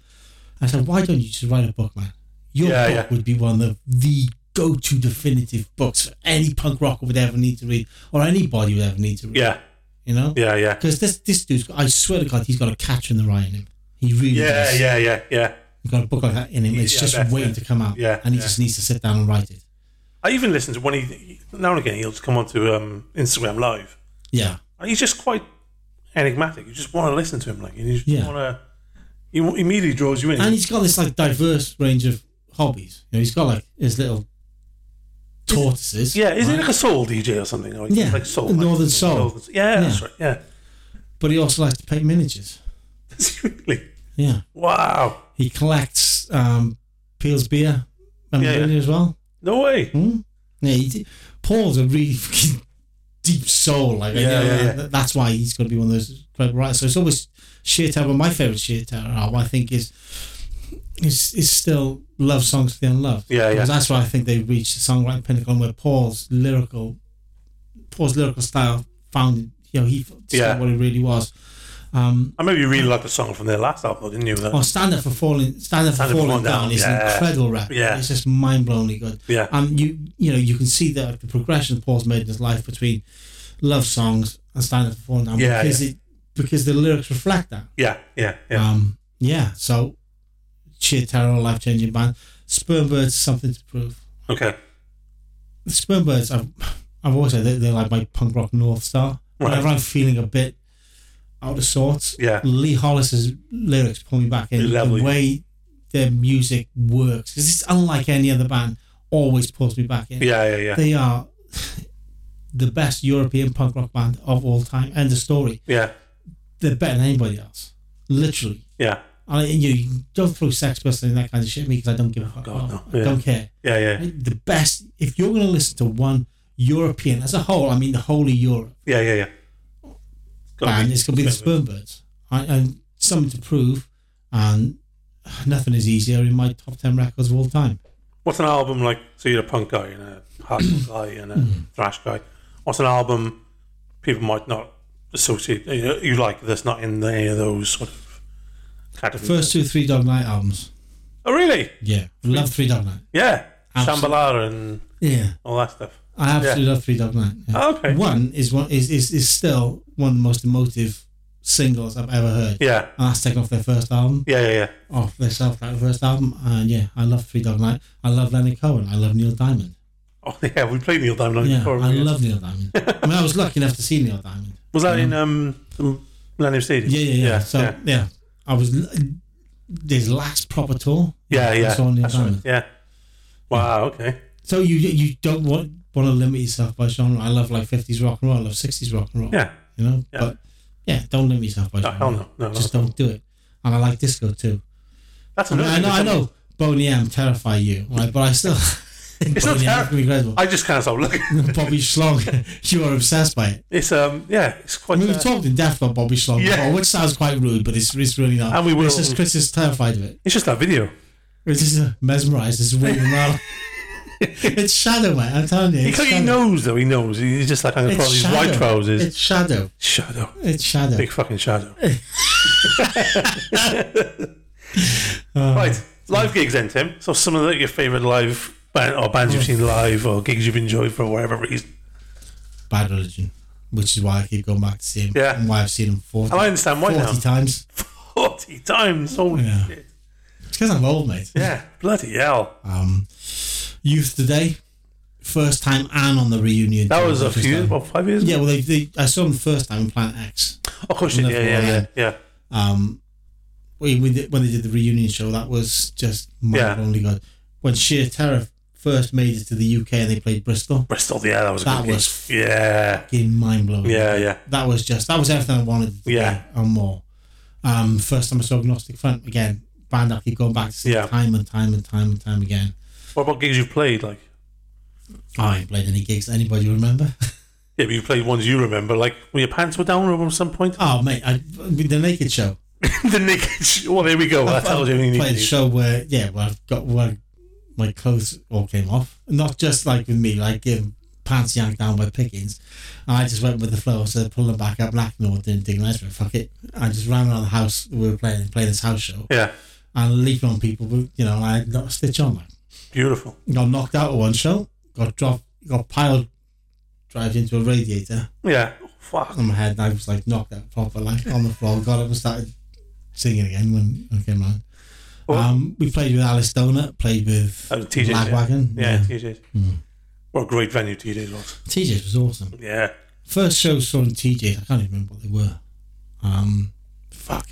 I said, why don't you just write a book, man? Your Yeah, book yeah. would be one of the go-to definitive books for any punk rocker would ever need to read, or anybody would ever need to read. yeah, You know, yeah, yeah, because this this dude's. got- I swear to God, he's got a catch in the rye in him. He really yeah, does. yeah, yeah, yeah. He's got a book like that in him. It's Yeah, just that's waiting it. to come out. Yeah, and he yeah. just needs to sit down and write it. I even listen to when he now and again he'll just come onto um, Instagram Live. Yeah, And he's just quite enigmatic. You just want to listen to him, like you just Yeah. want to. He w- immediately draws you in. and he's got this like diverse range of hobbies. You know, he's got like his little tortoises. yeah, is he right? like a soul DJ or something? Or Yeah, like soul, the like- Northern Soul. Yeah, that's Yeah. right. Yeah, *laughs* But he also likes to paint miniatures. that's really Yeah, wow. he collects um, Peel's beer memorabilia yeah. as well. No way. Yeah, he d Paul's a really fucking deep soul. Like, you Yeah, know, yeah, yeah. that- that's why he's going to be one of those incredible writers. So it's always sheer terror. My favorite sheer terror album, I think, is is is still love songs for the unloved. Yeah, yeah. Because That's why I think they reached the songwriting pinnacle and where Paul's lyrical, Paul's lyrical style found. You know, he f- saw Yeah. what it really was. Um, I remember you really liked the song from their last album, didn't you? That- oh, stand up for falling, stand up for Stand Up falling, for Falling down, Down, is an yeah. incredible record. Yeah. it's just mind blowingly good. yeah, And you you know you can see that the progression Paul's made in his life between love songs and stand up for falling down Yeah, because yeah. it because the lyrics reflect that. yeah, yeah, yeah. Um, yeah. So, sheer terror, life changing band. Sperm Birds, something to prove. okay. The Sperm Birds, I've I've always said they're, they're like my punk rock north star. Right. Whenever I'm feeling a bit out of sorts, Yeah. Lee Hollis's lyrics pull me back in. Lovely. The way their music works, 'cause it's unlike any other band, always pulls me back in Yeah, yeah, yeah, they are *laughs* the best European punk rock band of all time. End of story. yeah, They're better than anybody else, literally. yeah, I, you, you don't throw Sex Pistols and that kind of shit at me because I don't give a fuck. Oh, God, no. I Yeah. don't care. yeah, yeah, The best. If you're going to listen to one European as a whole, I mean the whole of Europe yeah, yeah, yeah. Gotta band, be- it's going to be the Sperm Birds. I, and something to prove, and nothing is easier in my top ten records of all time. What's an album like? So you're a punk guy and a *clears throat* hardcore guy and a thrash guy. What's an album people might not associate you, know, you like that's not in any of those sort of categories? First two Three Dog Night albums. oh, really? Yeah, love Three Dog Night. Yeah, Absolutely. Shambhala and Yeah. all that stuff. I absolutely love Three Dog Night. yeah. Oh, okay. One is one is, is, is still one of the most emotive singles I've ever heard. Yeah, And that's taken off their first album, yeah, yeah, yeah. off their self titled first album. And yeah, I love Three Dog Night. I love Leonard Cohen. I love Neil Diamond. Oh, *laughs* yeah, we played Neil Diamond. on Yeah, before, I yeah. love Neil Diamond. I mean, I was lucky enough to see Neil *laughs* Diamond. Was that in um, the Millennium Stadium? Yeah, yeah, yeah. so yeah. yeah, I was l- his last proper tour. yeah, yeah. I saw Neil That's right. Diamond. Yeah. Wow. Okay. So you you don't want want to limit yourself by genre. I love like fifties rock and roll. I love sixties rock and roll. Yeah. you know. Yeah. But yeah, don't limit yourself by No, genre. hell no, no, no. just don't do it. And I like disco too. That's I, mean, another I thing know, I that some- know, Boney M terrify you, right? But I still, *laughs* it's not terri- incredible. I just can't *laughs* stop looking. Bobby Schlong, you are obsessed by it. It's um, yeah, it's I quite. mean, we've uh, talked in depth about Bobby Schlong Yeah. before, which sounds quite rude, but it's, it's really not. And we will- It's just Chris is terrified of it. it's just that video. It's just uh, mesmerized. It's waving around. *laughs* it's shadow, mate. I'm telling you. He, it's he shadow. knows though. He knows. He's just like I'm gonna It's put on these shadow. white trousers. It's shadow. shadow. It's shadow. Big *laughs* fucking shadow. *laughs* Oh. right, live gigs then, Tim. So some of the, your favourite live band, or bands you've seen live or gigs you've enjoyed for whatever reason. Bad Religion, which is why I keep going back to see him. Yeah. And why I've seen him 40, And I understand why 40 now. times. 40 times. Holy Yeah. shit. It's because I'm old, mate. Yeah. Bloody hell. Um, Youth Today, first time and on the reunion. That tour, was a which few, like- what, five years yeah, ago? Oh, well, they, they, I saw them the first time in Planet X. Of course, yeah, Another yeah, one, yeah, yeah. yeah. Um, we, we did, when they did the reunion show, that was just Yeah. mind only God. When Sheer Terror first made it to the UK and they played Bristol, Bristol, yeah, that was a That good was- gig. Yeah, fucking mind blowing. yeah, yeah. that was just that was everything I wanted. to Yeah. do and more. Um, first time I saw Agnostic Front again, band I keep going back to see Yeah. time and time and time and time again. What about gigs you've played? Like, I ain't played any gigs. Anybody remember? *laughs* yeah, but you've played ones you remember, like when your pants were down at some *laughs* point. oh mate, I, with the Naked Show. the naked. sh- Well, there we go. That tells you everything you played need. a to show where yeah, where I've got where my clothes all came off. Not just like with me, like um, pants yanked down by pickings. And I just went with the flow, so I pulled them back up, black and didn't think less, but fuck it. I just ran around the house. We were playing playing this house show do. Yeah, and leaping on people, but you know, I had not a stitch on. Like. beautiful. got knocked out of one show, got dropped, got piled, drived into a radiator Yeah, fuck. on my head, and I was like knocked out proper, like on the floor. Got up and started singing again when I came round. Well- Oh, um, we played with Alice Donut, played with That was TJ's. Yeah, Lagwagon. yeah, TJ's. Hmm. What a great venue TJ's was. TJ's was awesome. Yeah, First show saw in TJ's, I can't even remember what they were. Um, fuck.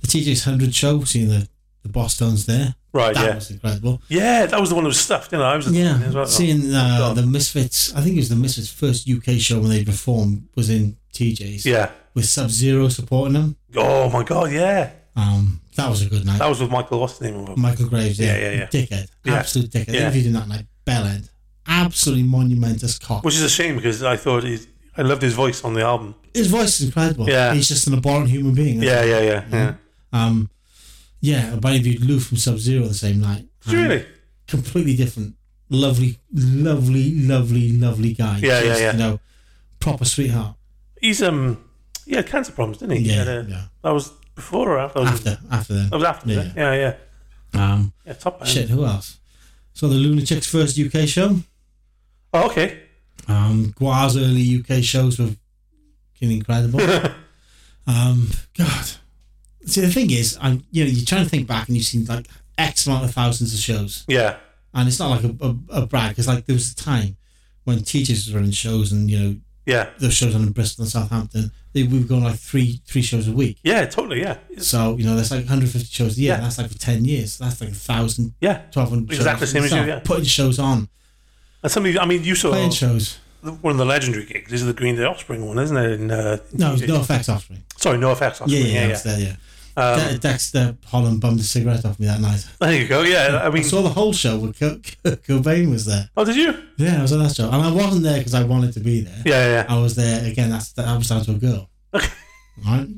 The TJ's 100 show, seeing the, the Boss Stones there. right. That Oh, yeah, was incredible. yeah. That was the one that was stuffed. You know, I was at the one Yeah, as well. seeing uh, God. the Misfits. I think it was the Misfits' first UK show when they performed was in TJ's. Yeah. with Sub Zero supporting them. Oh my god. Yeah, Um, that was a good night. that was with Michael. What's the name of him? Michael Graves, yeah, Yeah, yeah, yeah. dickhead, Yeah. absolute dickhead. Yeah. If you did that night, bellend, absolutely monumentous cock. Which is a shame because I thought he, I loved his voice on the album. His voice is incredible. Yeah. he's just an abhorrent human being. Yeah, yeah, yeah. yeah. Um, yeah, but I interviewed Lou from Sub Zero the same night. um, Did you really? completely different. Lovely, lovely, lovely, lovely guy. Yeah, yeah, Just, yeah. You know, proper sweetheart. He's um, he had cancer problems, didn't he? He Yeah, had a- yeah. That was before or after? That was, After, after then. That was after. Yeah, Yeah. yeah, yeah. Um, yeah top band. shit, who else? So the Lunatics' first UK show. Oh, okay. Um, Gua's early UK shows were fucking *laughs* incredible. um, God, see the thing is, I'm you know you're trying to think back and you've seen like X amount of thousands of shows, Yeah, and it's not like a, a, a brag because like there was a time when teachers were running shows and you know yeah, those shows on in Bristol and Southampton, they, we were going like three three shows a week. yeah. Totally. Yeah, It's- So you know that's like 150 shows a year. Yeah. That's like for 10 years. That's like a thousand. yeah. 1200 Exactly shows. the same as you, Start yeah. Putting shows on, And somebody, I mean, you saw playing shows. one of the legendary gigs. This is the Green Day Offspring one, isn't it? In, uh, No, TJ? no effects offspring. Sorry, no effects. Yeah, Offspring. yeah, yeah. Yeah, I yeah. was there, yeah. Um, De- Dexter Holland bummed a cigarette off me that night. there you go. Yeah, I I mean, saw the whole show where Kurt, Kurt Cobain was there. oh, did you? Yeah, I was at that show, and I wasn't there because I wanted to be there. Yeah, yeah. yeah. I was there again. That's that was down to a girl. right?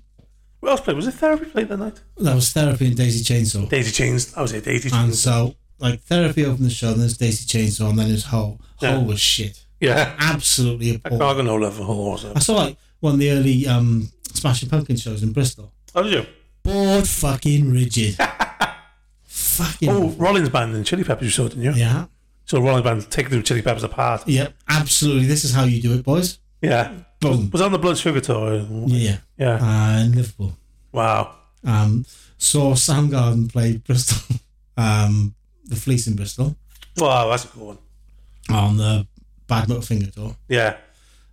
What else played? Was it Therapy played that night? That was therapy and Daisy Chainsaw. Daisy Chains. That was it. Daisy And Chains. so, like, therapy opened the show, and then there's Daisy Chainsaw, and then there's Hole. Hole Yeah. was shit. Yeah. Absolutely I appalling. got no love for Hole also. I saw like one of the early um, Smashing Pumpkin shows in Bristol. Oh, did you? Bored, fucking *laughs* rigid. fucking. Oh, Rollins Band and Chili Peppers. You saw, didn't you? Yeah. So Rollins Band take the Chili Peppers apart. Yep. Absolutely. This is how you do it, boys. Yeah. Boom. Was that on the Blood Sugar tour? Yeah. Yeah. Uh, in Liverpool. Wow. Um, saw Soundgarden play Bristol, *laughs* um, the Fleece in Bristol Wow, that's a cool one. on the Bad Motor Finger tour. Yeah.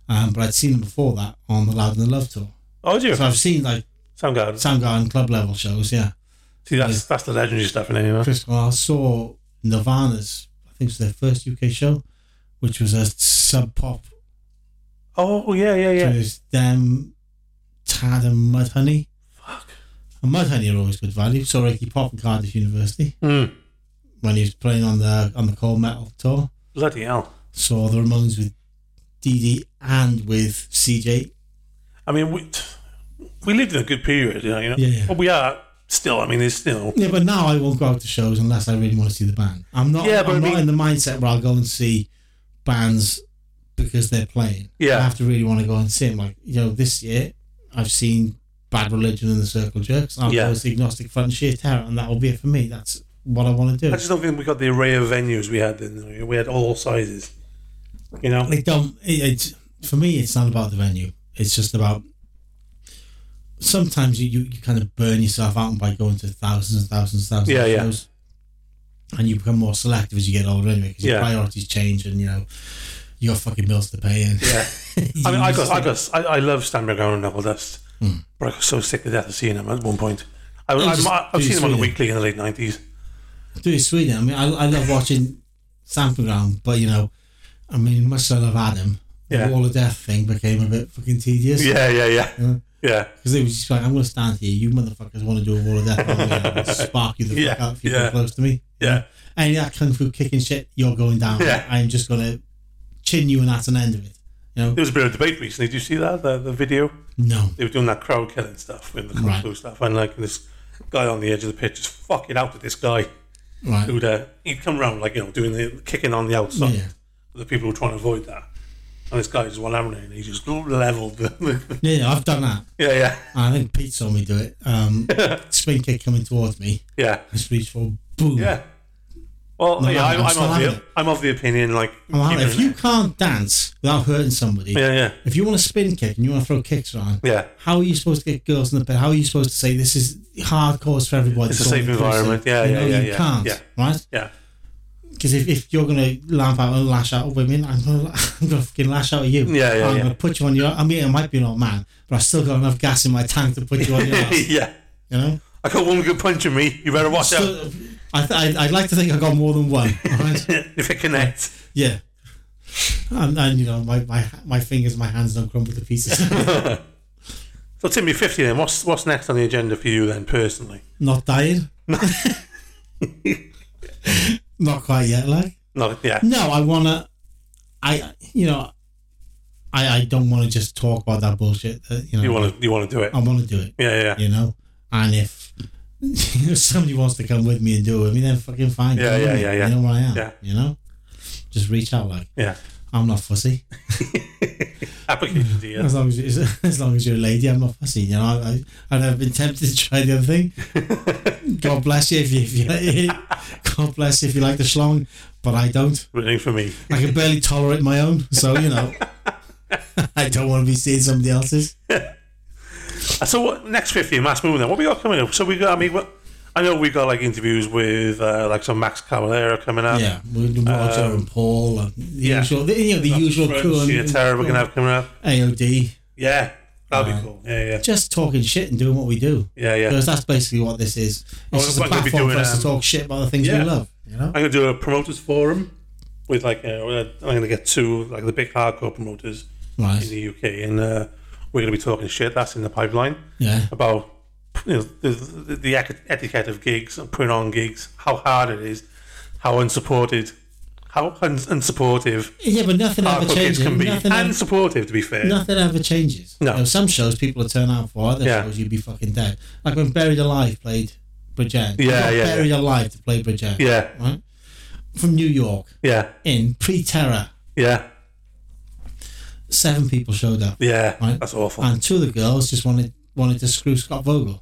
Um, but I'd seen them before that on the Loud and the Love tour. Oh, did you? So I've seen like Soundgarden. Soundgarden club level shows. Yeah. See, that's that's the legendary stuff in it, you know. Chris Cornell. I saw Nirvana's. I think it was their first UK show, which was a sub pop. Oh, yeah, Yeah. yeah, It yeah. was them, Tad and Mudhoney. Fuck. And Mudhoney are always good value. Saw Ricky Pop at Cardiff University Mm. when he was playing on the on the Cold Metal tour. Bloody hell. saw the Ramones with DD and with CJ. I mean, we we lived in a good period, you know. You know? Yeah, yeah. But we are still. I mean, there's still. Yeah, but now I won't go out to shows unless I really want to see the band. I'm not. Yeah, but I'm I not mean- in the mindset where I'll go and see bands because they're playing. Yeah. I have to really want to go and see them. Like you know, this year I've seen Bad Religion and the Circle Jerks. I'll Yeah. go and see Agnostic Front and Sheer Terror, and that will be it for me. That's what I want to do. I just don't think we got the array of venues we had then. We had all sizes. You know? They don't. It, it's for me. It's not about the venue. It's just about. Sometimes you, you, you kind of burn yourself out by going to thousands and thousands and thousands Yeah, of yeah. shows, and you become more selective as you get older anyway because your Yeah. priorities change and you know you got fucking bills to pay and *laughs* Yeah. I mean, I got, I got, I, I love Stan McGowan and Knuckle Dust, but I got so sick to death of seeing him at one point. I, I, Hmm. just I, I've do seen him on the Sweden. weekly in the late nineties. do it Sweden. I mean, I, I love watching Sample Ground, but you know, I mean, much as I love Adam, Yeah. the Wall of Death thing became a bit fucking tedious. *laughs* Yeah, yeah, yeah, Mm. yeah, Because it was just like, I'm going to stand here. You motherfuckers want to do a wall of death. on me, I'm going to spark you the Yeah, fuck out if you come yeah. close to me. yeah, Any of that kung fu kicking shit, you're going down. Yeah. I'm just going to chin you and that's an end of it. You know? There was a bit of debate recently. Did you see that the, the video? No. They were doing that crowd killing stuff with the Right. kung fu stuff, and like this guy on the edge of the pitch just fucking out at this guy Right. who'd uh, he'd come around like you know doing the kicking on the outside. Yeah. The people were trying to avoid that, and this guy just went out and he just leveled. The, Yeah, yeah, I've done that. *laughs* yeah, yeah, I think Pete saw me do it. *laughs* Um, spin kick coming towards me. yeah. I just reach for boom. Yeah. Well, No, yeah, no, I'm, I'm I'm, still of having the, it. I'm of the opinion, like, I'm out. keep If it in you can't dance without hurting somebody, there. yeah, if you want to spin kick and you want to throw kicks around, yeah, yeah. how are you supposed to get girls in the bed? How are you supposed to say this is hardcore it's for everybody? It's a all safe inclusive? environment. Yeah, you yeah, know, yeah, You yeah, can't, yeah. right? Yeah, Because if, if you're gonna lamp out and lash out at women, I'm gonna *laughs* I'm gonna fucking lash out at you. Yeah, yeah, I'm yeah. gonna put you on your. I mean, I might be an old man, but I've still got enough gas in my tank to put you on your ass. *laughs* yeah. You know. I got one good punch in me. You better watch out So, I th- I'd, I'd like to think I got more than one. *laughs* all Right? *laughs* if it connects. yeah. And, and you know my, my my fingers, my hands don't crumble to pieces. *laughs* So Tim, you're 50 then. What's what's next on the agenda for you then, personally? Not dying. *laughs* *laughs* Not quite yet, like. No, yeah, No, I wanna. I you know, I I don't want to just talk about that bullshit. That, you know, you want to you want to do it. I want to do it. Yeah, yeah, You know, and if *laughs* if somebody wants to come with me and do it with me, then fucking fine. Yeah, come yeah, with yeah, me. yeah. You know where I am. Yeah. You know, just reach out. Like yeah. I'm not fussy. Application to you. As long as you *laughs* as long as you're a lady, I'm not fussy. You know, I, I I've never been tempted to try the other thing. *laughs* God bless you if you, if you *laughs* God bless you if you like the schlong, but I don't. Waiting for me. I can barely tolerate my own, so you know, *laughs* I don't want to be seeing somebody else's. Uh, So what next 50 mass movement? Then what we got coming up? So we got. I mean, what, I know we got like interviews with uh, like some Max Cavalera coming up. Yeah, with Roger and Paul, and the Um, yeah. usual, the, you know, the usual crew. Yeah, And, Tara we're gonna have coming up. AOD, Yeah, that'll be cool. Yeah, yeah, just talking shit and doing what we do. yeah, yeah. Because that's basically what this is. It's just a we're gonna be platform for doing, us um, to talk shit about the things yeah. we love. You know, I'm gonna do a promoters forum with like uh, I'm gonna get two like the big hardcore promoters in right? the UK, and uh, we're gonna be talking shit. That's in the pipeline Yeah, about you know the, the, the ec- etiquette of gigs and putting on gigs, how hard it is, how unsupported, how un- unsupportive yeah, but nothing ever hardcore gigs changes. can be, Nothing ever, and supportive to be fair. nothing ever changes. No. You know, some shows people turn out for other Yeah. shows you'd be fucking dead. Like when Buried Alive played Bridgend. I Yeah, got yeah, Buried Alive to play Bridgend. Yeah, right? From New York yeah, in pre terror. yeah, Seven people showed up, yeah. Right. That's awful. and two of the girls just wanted wanted to screw Scott *laughs* Vogel,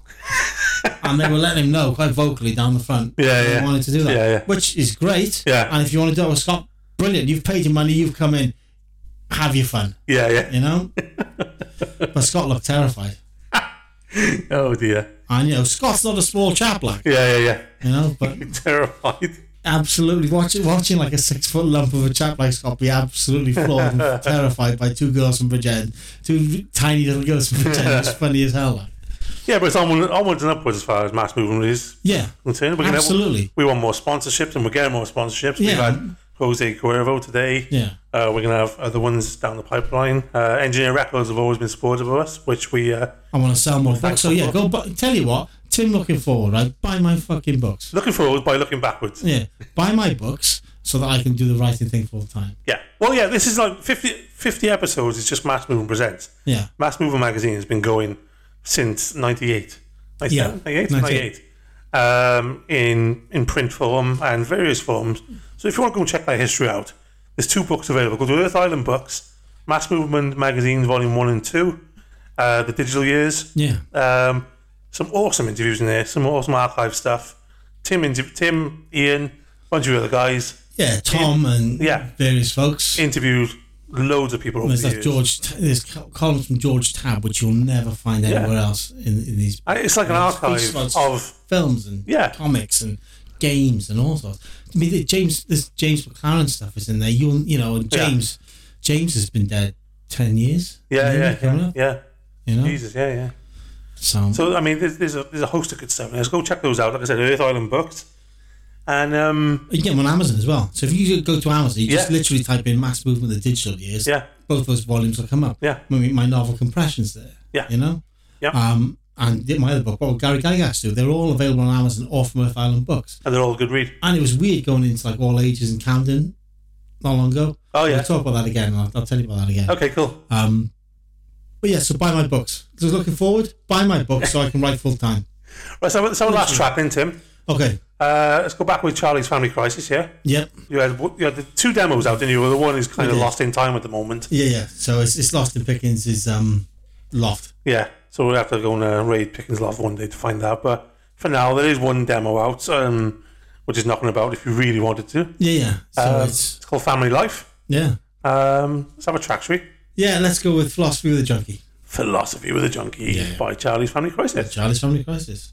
and they were letting him know quite vocally down the front. Yeah, they yeah. wanted to do that, Yeah, yeah. which is great. Yeah. and if you want to do it with Scott, brilliant. You've paid your money. You've come in. Have your fun. yeah, yeah. You *laughs* know. but Scott looked terrified. Oh dear. And you know Scott's not a small chap, like Yeah, yeah, *laughs* you know, but yeah. Terrified. absolutely watching watching like a six foot lump of a chap like Scott be absolutely floored and terrified by two girls from Bridgend, two tiny little girls from Bridgend. It's funny as hell. Like. Yeah, but it's onward, onwards and upwards as far as mass movement is Yeah, concerned. We're gonna- absolutely. we want more sponsorships, and we're getting more sponsorships. We've Yeah. had Jose Cuervo today. Yeah, Uh, we're going to have other ones down the pipeline. Uh, Engineer Records have always been supportive of us, which we uh, I want to sell more books. So yeah, go. Bu- tell you what, Tim, looking forward, right? Buy my fucking books. looking forward by looking backwards. Yeah, buy my books so that I can do the writing thing full time. Yeah. Well, yeah, this is like 50, 50 episodes. It's just Mass Movement Presents. Yeah, Mass Movement Magazine has been going since 98. 97? Yeah, 98? 98. 98. Um, in, in print form and various forms. So if you want to go and check that history out, there's two books available. Go to Earth Island Books, Mass Movement Magazines Volume 1 and 2, uh, The Digital Years. yeah, Um, some awesome interviews in there, some awesome archive stuff. Tim, interv- Tim, Ian, a bunch of other guys Yeah, Tom and yeah. various folks. interviewed loads of people over There's the that years. George. T- There's col- columns from George Tab, which you'll never find anywhere else in, in these I- Uh, it's like an These archive sorts of films and Yeah. comics and games and all sorts. I mean, the James, this James McLaren stuff is in there. You you know, and Yeah. James, James has been dead ten years. yeah, maybe, yeah, coming yeah, up, yeah. You know, Jesus, yeah, yeah. so, So I mean, there's, there's a there's a host of good stuff. Let's go check those out. Like I said, Earth Island booked, and um, you get them on Amazon as well. So if you go to Amazon, you just Yeah. literally type in "mass movement of digital years." Yeah. both those volumes will come up. Yeah. I mean, my novel compressions there. Yeah. you know. Yeah. Um, and my other book, well, Gary Gygax too. They're all available on Amazon or from Earth Island Books. and they're all good read. and it was weird going into like all ages in Camden not long ago. Oh, yeah. Oh. We'll talk about that again. I'll, I'll tell you about that again. Okay, cool. Um, but yeah, so buy my books. Because looking forward, buy my books so I can write full time. Right, so so our last track then, Tim. Okay. Uh, let's go back with Charlie's Family Crisis. Yeah, Yep. you had you had the two demos out, didn't you? The one is kind of did. lost in time at the moment. Yeah, yeah. So it's, it's Lost in Pickens is um loft. Yeah, so we'll have to go and uh, raid Pickens Loft one day to find out. But for now, there is one demo out, um, which is knocking about if you really wanted to. Yeah, yeah. So Um, it's it's called Family Life. yeah. Um, let's have a track, shall we? Yeah, let's go with Philosophy with a Junkie. Philosophy with a Junkie Yeah. by Charlie's Family Crisis. Charlie's Family Crisis.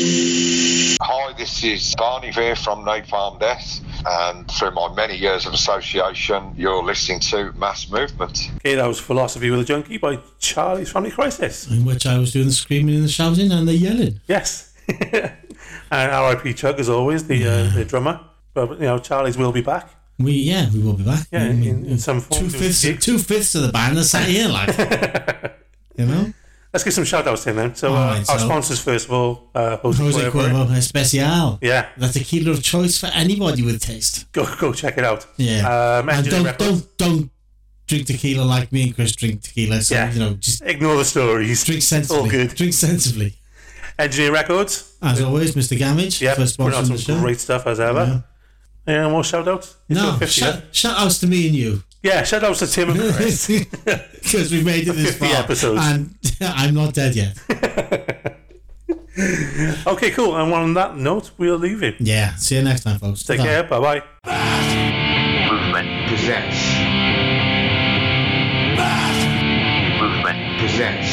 Hi, this is Barney Veer from No Farm Death, and through my many years of association, you're listening to Mass Movement. Okay, that was Philosophy with a Junkie by Charlie's Family Crisis. In which I was doing the screaming and the shouting and the yelling. Yes. *laughs* and RIP Chuck, as always, the, uh, the drummer. But, you know, Charlie's will be back. We yeah, we will be back. Yeah, in, in some form. two doing fifths gigs. two fifths of the band are sat here like *laughs* you know? Let's give some shout outs to him then. So, uh, Alright, our so- sponsors, first of all, uh, Jose, Jose Cuervo. Cuervo Especial. Yeah, That's a killer of choice for anybody with taste. go go check it out. Yeah. Um, and Engineer don't Records. don't don't drink tequila like me and Chris drink tequila. So Yeah. you know, just Ignore the stories. drink It's all sensibly. good. Drink sensibly. Engineer Records. As always, Mr. Gamage Yeah, for putting out sponsoring the some show. great stuff as ever. Any more shout outs? no, 50, yeah? shout, shout outs to me and you. Yeah, shout outs to Tim and Chris. *laughs* Because we've made it *laughs* this 50 far. episodes. And *laughs* I'm not dead yet. okay, cool. And on that note, we'll leave it. Yeah. See you next time, folks. Take Ta-ta. care. Bye bye. Movement presents. Mass Movement presents.